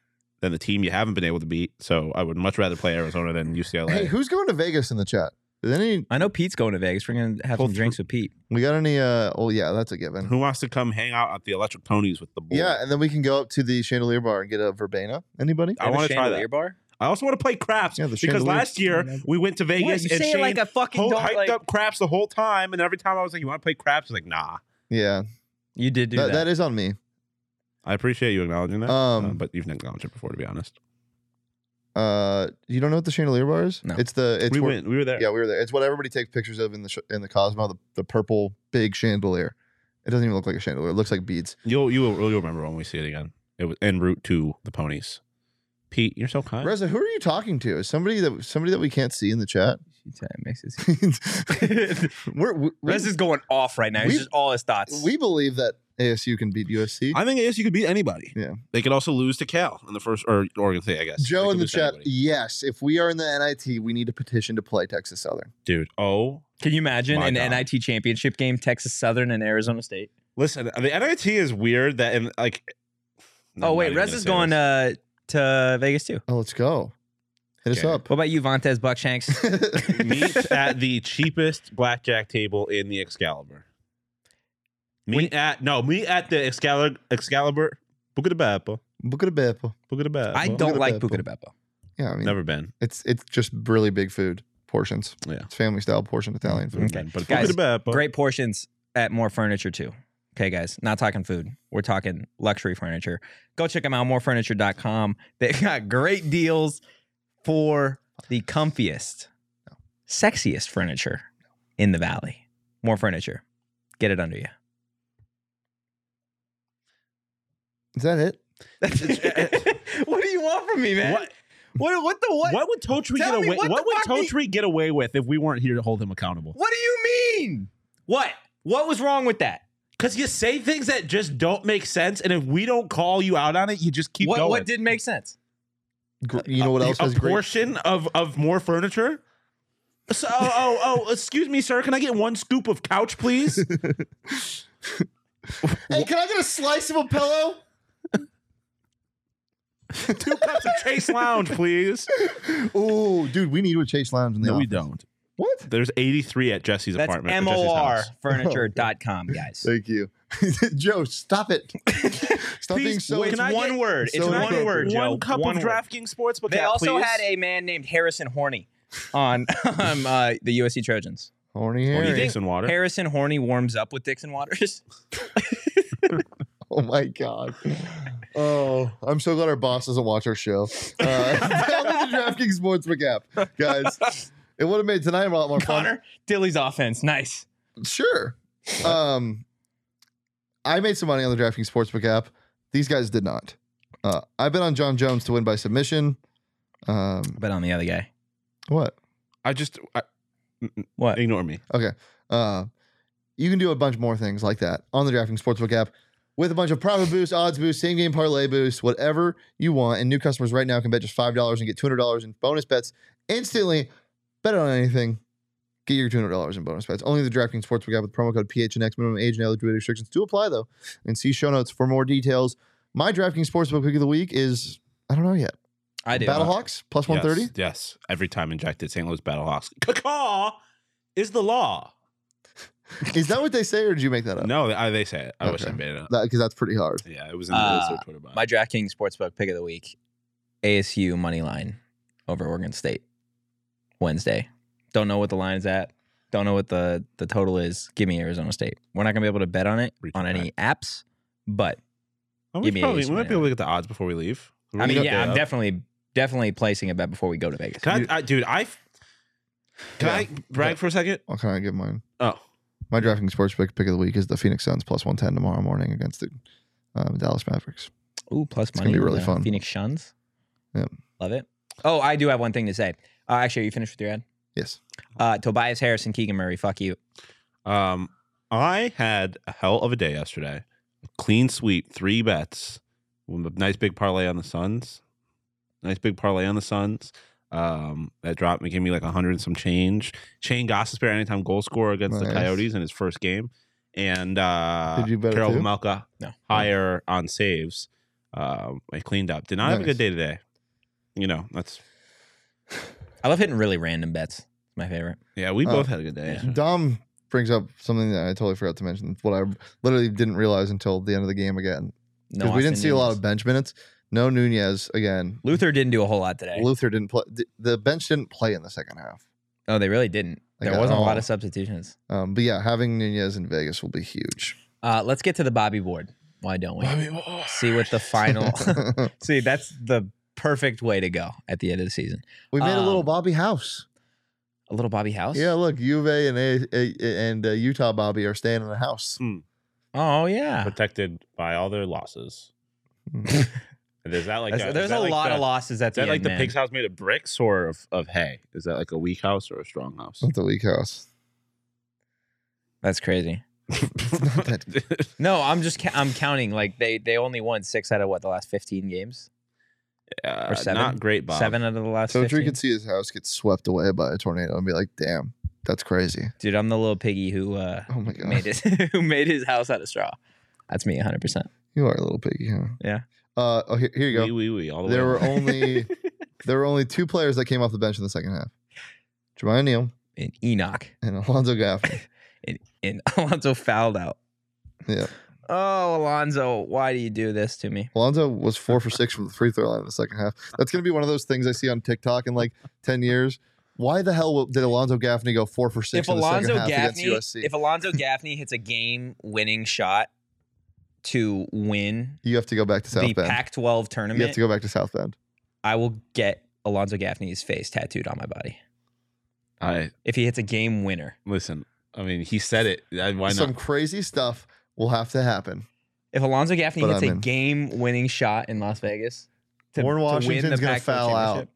Speaker 2: than the team you haven't been able to beat. So I would much rather play Arizona than UCLA.
Speaker 3: Hey, who's going to Vegas in the chat? Is any
Speaker 1: I know Pete's going to Vegas. We're gonna have
Speaker 2: Pull
Speaker 1: some
Speaker 2: through.
Speaker 1: drinks with Pete.
Speaker 3: we got any? uh Oh yeah, that's a given.
Speaker 2: Who wants to come hang out at the Electric Ponies with the boy?
Speaker 3: Yeah, and then we can go up to the chandelier bar and get a verbena. Anybody?
Speaker 1: They
Speaker 2: I
Speaker 1: have a
Speaker 2: want to try
Speaker 1: chandelier
Speaker 2: that.
Speaker 1: bar.
Speaker 2: I also want to play craps
Speaker 3: Yeah, the
Speaker 2: because
Speaker 3: chandelier.
Speaker 2: last year we went to Vegas
Speaker 1: What? You
Speaker 2: and
Speaker 1: say it
Speaker 2: Shane
Speaker 1: like a fucking
Speaker 2: ho-
Speaker 1: dog,
Speaker 2: hyped
Speaker 1: like-
Speaker 2: up craps the whole time, and every time I was like, "You want to play craps?" He's like, "Nah."
Speaker 3: Yeah,
Speaker 1: You did do
Speaker 3: that,
Speaker 1: that.
Speaker 3: that is on me.
Speaker 2: I appreciate you acknowledging that,
Speaker 3: Um,
Speaker 2: uh, but you've acknowledged it before, to be honest.
Speaker 3: Uh, you don't know what the chandelier bar is?
Speaker 1: No.
Speaker 3: It's the it's
Speaker 2: we
Speaker 3: where-
Speaker 2: went. We were there.
Speaker 3: Yeah, we were there. It's what everybody takes pictures of in the sh- in the Cosmo, the, the purple big chandelier. It doesn't even look like a chandelier. It looks like beads.
Speaker 2: You'll you will you'll remember when we see it again. It was en route to the ponies. Pete, you're so kind.
Speaker 3: Reza, who are you talking to? Is somebody that somebody that we can't see in the
Speaker 2: [laughs]
Speaker 3: chat?
Speaker 1: She said it [laughs] makes it.
Speaker 3: we're, we,
Speaker 1: Rez is going off right now. It's
Speaker 3: We-
Speaker 1: just all his thoughts.
Speaker 3: we believe that ASU can beat USC.
Speaker 2: I think ASU could beat anybody.
Speaker 3: Yeah.
Speaker 2: They could also lose to Cal in the first or Oregon State, I guess. They
Speaker 3: Joe
Speaker 2: could
Speaker 3: in the
Speaker 2: lose to
Speaker 3: chat. e-
Speaker 2: anybody.
Speaker 3: Yes, if we are in the NIT, we need a petition to play Texas Southern.
Speaker 2: Dude, oh
Speaker 1: Can you imagine
Speaker 2: My
Speaker 1: an
Speaker 2: God.
Speaker 1: NIT championship game, Texas Southern and Arizona State?
Speaker 2: listen, the NIT is weird that in
Speaker 1: oh
Speaker 2: like I'm not
Speaker 1: wait,
Speaker 2: even
Speaker 1: Rez
Speaker 2: gonna
Speaker 1: is
Speaker 2: say
Speaker 1: going uh,
Speaker 2: this.
Speaker 1: to Vegas too.
Speaker 3: Oh, let's go. Hit us
Speaker 2: Okay.
Speaker 3: up. [laughs]
Speaker 1: What about you, Vontez Buckshanks?
Speaker 2: [laughs] meet at the cheapest blackjack table in the Excalibur. Meet at no, meet at the Excalibur Excalibur Buca de Beppo.
Speaker 3: Book of the Beppo.
Speaker 2: Buca de Beppo.
Speaker 1: I
Speaker 3: Buca
Speaker 1: don't
Speaker 3: de
Speaker 1: like
Speaker 3: Beppo.
Speaker 1: Buca de Beppo.
Speaker 3: Yeah, I mean,
Speaker 2: never been.
Speaker 3: it's it's just really big food portions.
Speaker 2: Yeah.
Speaker 3: It's family style portion Italian food.
Speaker 1: Okay.
Speaker 2: But
Speaker 1: Guys,
Speaker 2: Buca de Beppo.
Speaker 1: Great portions at More Furniture too. Okay, guys, not talking food. We're talking luxury furniture. Go check them out, morefurniture.com. They've [laughs] got great deals for the comfiest, sexiest furniture in the valley. More furniture. Get it under you. [laughs]
Speaker 3: Is that it?
Speaker 1: what do you want from me, man?
Speaker 2: What,
Speaker 1: What, what the what?
Speaker 2: what would Totri
Speaker 1: Tell
Speaker 2: get
Speaker 1: me
Speaker 2: away?
Speaker 1: what
Speaker 2: What,
Speaker 1: the fuck
Speaker 2: would
Speaker 1: he-
Speaker 2: Totri get away with if we weren't here to hold him accountable?
Speaker 1: What do you mean? What? What was wrong with that?
Speaker 2: Because you say things that just don't make sense, and if we don't call you out on it, you just keep
Speaker 1: what
Speaker 2: going.
Speaker 1: what didn't make sense?
Speaker 3: Gr- you know what
Speaker 2: A-
Speaker 3: else
Speaker 2: a
Speaker 3: has great?
Speaker 2: portion of of more furniture. So, oh, oh, [laughs] oh, excuse me, sir. Can I get one scoop of
Speaker 1: [laughs]
Speaker 2: couch, please?
Speaker 3: Hey, can I get a slice of a
Speaker 2: [laughs]
Speaker 3: pillow?
Speaker 2: Two cups of Chase Lounge, please.
Speaker 3: Ooh, dude, we need to Chase Lounge in the office.
Speaker 2: don't.
Speaker 3: What?
Speaker 2: There's 83 at Jesse's
Speaker 1: That's
Speaker 2: apartment. or Jesse's house. [laughs] Oh,
Speaker 1: morfurniture.com, guys.
Speaker 3: Thank you, [laughs] Joe. Stop
Speaker 2: [laughs]
Speaker 3: it. Stop being
Speaker 2: Please,
Speaker 3: so.
Speaker 2: wait,
Speaker 1: it's
Speaker 2: Can I
Speaker 1: one
Speaker 2: get-
Speaker 1: word. It's
Speaker 3: so
Speaker 2: Can I
Speaker 1: one
Speaker 2: get
Speaker 3: inappropriate.
Speaker 1: word, Joe.
Speaker 2: One cup
Speaker 1: One
Speaker 2: of
Speaker 1: word.
Speaker 2: DraftKings Sportsbook.
Speaker 1: They
Speaker 2: app,
Speaker 1: also
Speaker 2: please?
Speaker 1: had a man named Harrison Horny on [laughs] um, uh, the USC Trojans.
Speaker 3: Horny
Speaker 2: Or
Speaker 1: you
Speaker 3: Harry.
Speaker 1: think-
Speaker 2: Jason Water.
Speaker 1: Harrison Horny warms up with Dixon Waters. [laughs]
Speaker 3: Oh my god. Oh, I'm so glad our boss doesn't watch our show. Uh, [laughs] download the DraftKings Sportsbook app, guys. It would have made tonight a lot more fun.
Speaker 1: Connor Dilly's offense, nice.
Speaker 3: Sure. Um, I made some money on the DraftKings Sportsbook app. These guys did not. Uh, I bet on John Jones to win by submission. Um,
Speaker 1: But on the other guy,
Speaker 3: what?
Speaker 2: I just I,
Speaker 1: what?
Speaker 2: ignore me.
Speaker 3: Uh, you can do a bunch more things like that on the DraftKings Sportsbook app with a bunch of profit boosts, odds boosts, same game parlay boosts, whatever you want. And new customers right now can bet just $5 and get $200 in bonus bets instantly. Bet on anything. Get your $200 in bonus bets. Only the DraftKings Sportsbook app with promo code PHNX. Minimum age and eligibility restrictions do apply, though. And see show notes for more details. My DraftKings Sportsbook pick of the week is, I don't know yet.
Speaker 1: I do.
Speaker 3: Battlehawks plus 130.
Speaker 2: Yes, yes. Every time injected, St. Louis Battlehawks. Caw is the law.
Speaker 3: Is that what they say, or did you make that up?
Speaker 2: [laughs] No, I, they say it. I wish I
Speaker 3: Uh, Okay.
Speaker 2: made it up.
Speaker 3: Because that's pretty hard.
Speaker 2: Yeah, it was in the
Speaker 1: Uh,
Speaker 2: it was their Twitter bio.
Speaker 1: My DraftKings sportsbook pick of the week: ASU money line over Oregon State Wednesday. Don't know what the line is at. Don't know what the the total is. Give me Arizona State. We're not gonna be able to bet on it
Speaker 2: Reach
Speaker 1: on
Speaker 2: back.
Speaker 1: any apps, but
Speaker 2: Oh, we,
Speaker 1: give me
Speaker 2: probably,
Speaker 1: Ace
Speaker 2: we might
Speaker 1: right
Speaker 2: be able to get the odds before we leave.
Speaker 1: I mean,
Speaker 2: Look
Speaker 1: yeah,
Speaker 2: that
Speaker 1: I'm
Speaker 2: up.
Speaker 1: definitely definitely placing a bet before we go to Vegas.
Speaker 2: Can I, I, dude, I f- can
Speaker 3: Yeah.
Speaker 2: I brag for a second?
Speaker 3: I'll kind of give mine.
Speaker 2: Oh,
Speaker 3: My DraftKings Sportsbook pick of the week is the Phoenix Suns plus 110 tomorrow morning against the um, Dallas Mavericks.
Speaker 1: Ooh, plus
Speaker 3: gonna
Speaker 1: money.
Speaker 3: be
Speaker 1: with
Speaker 3: really
Speaker 1: the
Speaker 3: fun.
Speaker 1: Phoenix Shuns.
Speaker 3: Yep.
Speaker 1: Love it. Oh, I do have one thing to say. Uh, actually, are you finished with your ad?
Speaker 3: Yes.
Speaker 1: Uh, Tobias Harris and Keegan Murray. Fuck you.
Speaker 2: um, I had a hell of a day yesterday. Clean sweep, three bets, With a nice big parlay on the Suns, nice big parlay on the Suns. Um, that dropped me, gave me like a hundred and some change. Shane Gossespear, anytime goal scorer against the
Speaker 3: Nice.
Speaker 2: Coyotes in his first game, and uh,
Speaker 3: Did you bet it
Speaker 2: Carol
Speaker 3: too?
Speaker 2: Malka
Speaker 1: No.
Speaker 2: higher on saves. Um, I cleaned up. Did not have a
Speaker 3: Nice.
Speaker 2: good day today. You know, that's
Speaker 1: I love hitting really random bets. It's my favorite.
Speaker 2: yeah. We
Speaker 3: Oh.
Speaker 2: both had a good day.
Speaker 3: Dom brings up something that I totally forgot to mention. What I literally didn't realize until the end of the game again.
Speaker 1: No,
Speaker 3: Because we didn't
Speaker 1: Austin
Speaker 3: see a lot
Speaker 1: Nunez.
Speaker 3: of bench minutes. No Nunez again.
Speaker 1: Luther didn't do a whole lot today.
Speaker 3: Luther didn't play. th- The bench didn't play in the second half.
Speaker 1: oh, they really didn't.
Speaker 3: Like
Speaker 1: There
Speaker 3: at
Speaker 1: wasn't a lot
Speaker 3: all.
Speaker 1: of substitutions.
Speaker 3: Um, but yeah, having Nunez in Vegas will be huge.
Speaker 1: Uh, let's get to the Bobby board. Why don't we? See what the
Speaker 3: [laughs]
Speaker 1: final. [laughs] see, that's the perfect way to go at the end of the season.
Speaker 3: we made a little
Speaker 1: Um,
Speaker 3: Bobby House.
Speaker 1: A little Bobby House.
Speaker 3: Yeah, look, Juve and a, a, and uh, Utah Bobby are staying in the house.
Speaker 1: Oh yeah.
Speaker 2: Protected by all their losses. Is that like
Speaker 1: Mm.
Speaker 3: uh,
Speaker 1: That's- there's a lot of losses at
Speaker 2: Is
Speaker 1: the
Speaker 2: that
Speaker 1: end.
Speaker 2: like the
Speaker 1: man.
Speaker 2: pig's house made of bricks or of, of hay? Is that like a weak house or a
Speaker 1: [laughs]
Speaker 2: strong house?
Speaker 3: Not the weak house.
Speaker 1: That's crazy.
Speaker 3: not
Speaker 2: [laughs]
Speaker 3: that-
Speaker 1: No, I'm just ca- I'm counting. Like they they only won six out of what the last 15 games.
Speaker 2: Uh,
Speaker 1: Or seven?
Speaker 2: Not great, Bob.
Speaker 1: Seven out of the last.
Speaker 3: So
Speaker 1: 15.
Speaker 3: Drew could see his house get swept away by a tornado and be like, damn, that's crazy.
Speaker 1: Dude, I'm the little piggy who
Speaker 3: [laughs]
Speaker 1: uh
Speaker 3: Oh my god.
Speaker 1: made his [laughs] who made his house out of straw. That's me, 100. percent
Speaker 3: You are a little piggy, huh?
Speaker 1: Yeah.
Speaker 3: Uh oh here, here you go.
Speaker 2: Wee, wee, wee, all the
Speaker 3: there
Speaker 2: way
Speaker 3: were
Speaker 1: [laughs]
Speaker 2: around.
Speaker 3: only there were only two players that came off the bench in the second half. Jermaine Neal
Speaker 1: And Enoch
Speaker 3: and Alonzo Gaffney.
Speaker 1: [laughs] and Alonzo fouled out.
Speaker 3: Yeah.
Speaker 1: Oh, Alonzo, why do you do this to me?
Speaker 3: Alonzo was four for six from the free throw line in the second half. That's going to be one of those things I see on TikTok in like 10 years. Why the hell did Alonzo Gaffney go four for six
Speaker 1: If
Speaker 3: in the
Speaker 1: Alonzo
Speaker 3: second half
Speaker 1: Gaffney,
Speaker 3: against USC?
Speaker 1: if
Speaker 3: [laughs]
Speaker 1: Alonzo Gaffney hits a game-winning shot to win
Speaker 3: you have to go back to South
Speaker 1: the
Speaker 3: Bend.
Speaker 1: Pac-12
Speaker 3: You have
Speaker 1: tournament,
Speaker 3: to go back to South Bend.
Speaker 1: I will get Alonzo Gaffney's face tattooed on my body
Speaker 2: I
Speaker 1: if he hits a game winner.
Speaker 2: listen. I mean, he said it. I- Why
Speaker 3: Some
Speaker 2: not?
Speaker 3: crazy stuff will have to happen.
Speaker 1: If Alonzo Gaffney
Speaker 3: But
Speaker 1: hits
Speaker 3: I'm
Speaker 1: a
Speaker 3: in.
Speaker 1: game-winning shot in Las Vegas, to,
Speaker 3: Warren
Speaker 1: to win the
Speaker 3: Washington's gonna
Speaker 1: Pac-12
Speaker 3: foul out.
Speaker 1: championship,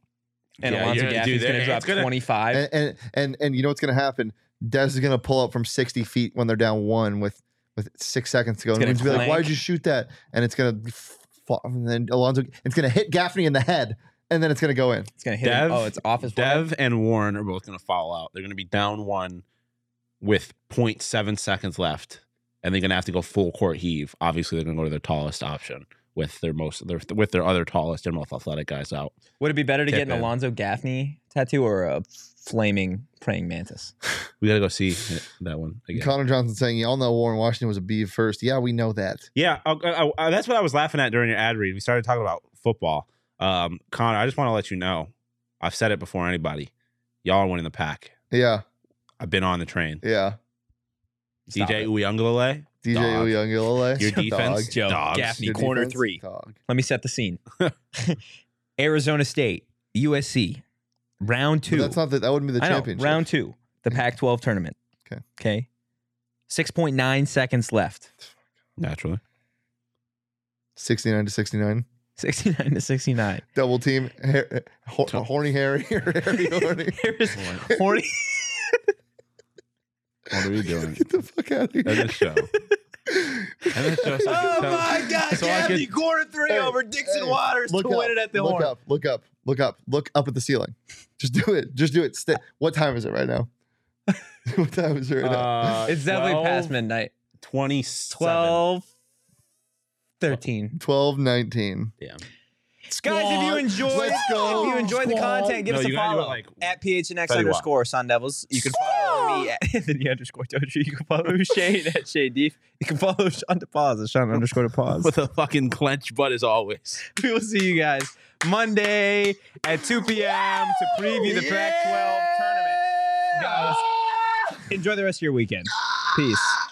Speaker 1: and
Speaker 2: Yeah,
Speaker 1: Alonzo
Speaker 2: you're-
Speaker 1: Gaffney's
Speaker 2: dude,
Speaker 1: going
Speaker 2: it's
Speaker 1: to drop
Speaker 2: gonna-
Speaker 1: 25.
Speaker 3: And and and, and you know what's going to happen? Des is going to pull up from 60 feet when they're down one with with six seconds to go.
Speaker 1: It's
Speaker 3: and
Speaker 1: gonna
Speaker 3: he's gonna be like,
Speaker 1: clank.
Speaker 3: "Why did you shoot that?" And it's going to and then Alonzo. It's going to hit Gaffney in the head, and then it's going to go in.
Speaker 1: it's going to hit. him.
Speaker 2: Dev-
Speaker 1: Oh, it's off his
Speaker 2: Dev and Warren are both going to fall out. They're going to be down one with 0.7 seconds left, and they're going to have to go full court heave. Obviously, they're going to go to their tallest option with their most their, with their other tallest and most athletic guys out.
Speaker 1: Would it be better to
Speaker 2: Tip
Speaker 1: get an
Speaker 2: in.
Speaker 1: Alonzo Gaffney tattoo or a flaming praying mantis?
Speaker 2: We got to
Speaker 1: [sighs]
Speaker 2: go see that one
Speaker 3: And
Speaker 2: again.
Speaker 3: Connor Johnson saying, "Y'all know Warren Washington was a B first. Yeah, we know that.
Speaker 2: Yeah, I, I, I, that's what I was laughing at during your ad read. We started talking about football. Um, Connor, I just want to let you know, I've said it before anybody. Y'all are winning the pack.
Speaker 3: Yeah,
Speaker 2: I've been on the train.
Speaker 3: yeah.
Speaker 1: Stop
Speaker 2: DJ
Speaker 1: it.
Speaker 2: Uyangalele,
Speaker 3: DJ
Speaker 2: Dog.
Speaker 3: Uyunglele,
Speaker 2: your defense,
Speaker 3: Dog.
Speaker 1: Joe
Speaker 2: dogs.
Speaker 1: Gaffney.
Speaker 3: Your
Speaker 1: corner
Speaker 3: defense,
Speaker 1: three.
Speaker 3: Dog.
Speaker 1: Let me set the
Speaker 2: [laughs]
Speaker 1: scene. [laughs] Arizona State, USC, round
Speaker 3: But
Speaker 1: two.
Speaker 3: that's not the, that wouldn't be the
Speaker 1: I know,
Speaker 3: championship. Mm.
Speaker 1: round two, the Pac-12 tournament.
Speaker 3: Okay.
Speaker 1: Okay. Six point nine seconds left. [laughs]
Speaker 2: Naturally,
Speaker 3: sixty-nine to sixty-nine.
Speaker 1: Sixty-nine to sixty-nine.
Speaker 3: Double team, Har- Hor-
Speaker 2: Tough.
Speaker 3: horny Harry [laughs] or
Speaker 1: [laughs]
Speaker 3: Harry horny.
Speaker 1: Here's horny.
Speaker 2: what are
Speaker 3: [laughs]
Speaker 2: we doing?
Speaker 3: Get the fuck out of here.
Speaker 2: And this show. And this [laughs] show. So I
Speaker 1: [laughs] Oh
Speaker 2: can tell-
Speaker 1: my God!
Speaker 2: So I
Speaker 1: Gaffney
Speaker 2: could,
Speaker 1: corner three
Speaker 3: Hey,
Speaker 1: over Dixon
Speaker 3: hey,
Speaker 1: Waters to
Speaker 3: look
Speaker 1: win
Speaker 3: up,
Speaker 1: it at the
Speaker 3: look
Speaker 1: horn.
Speaker 3: up, look up, look up, look up at the ceiling. Just do it. Just do it. Stay. What time is it right now? [laughs] what time is it right now?
Speaker 2: uh,
Speaker 1: It's definitely
Speaker 2: 12,
Speaker 1: past midnight.
Speaker 2: 27.
Speaker 1: 12, 13.
Speaker 3: Twelve nineteen.
Speaker 2: Damn.
Speaker 1: Guys, if you
Speaker 3: Squad.
Speaker 1: enjoyed,
Speaker 3: Let's go,
Speaker 1: if you enjoyed the
Speaker 3: squad.
Speaker 1: content, give
Speaker 2: No,
Speaker 1: us a
Speaker 2: you gotta do it
Speaker 1: follow
Speaker 2: like-
Speaker 1: at phnx
Speaker 2: Tell you what.
Speaker 1: underscore Sun Devils. You can follow me at [laughs] Anthony underscore Totri. You can follow [laughs] Shane at Shane Deef. You can follow Sean to pause at Sean underscore to
Speaker 2: [laughs]
Speaker 1: pause.
Speaker 2: With a fucking clenched butt as always.
Speaker 1: [laughs] we will see you guys Monday at 2 p.m. to preview the Pac-12 tournament. Guys, enjoy the rest of your weekend. Peace.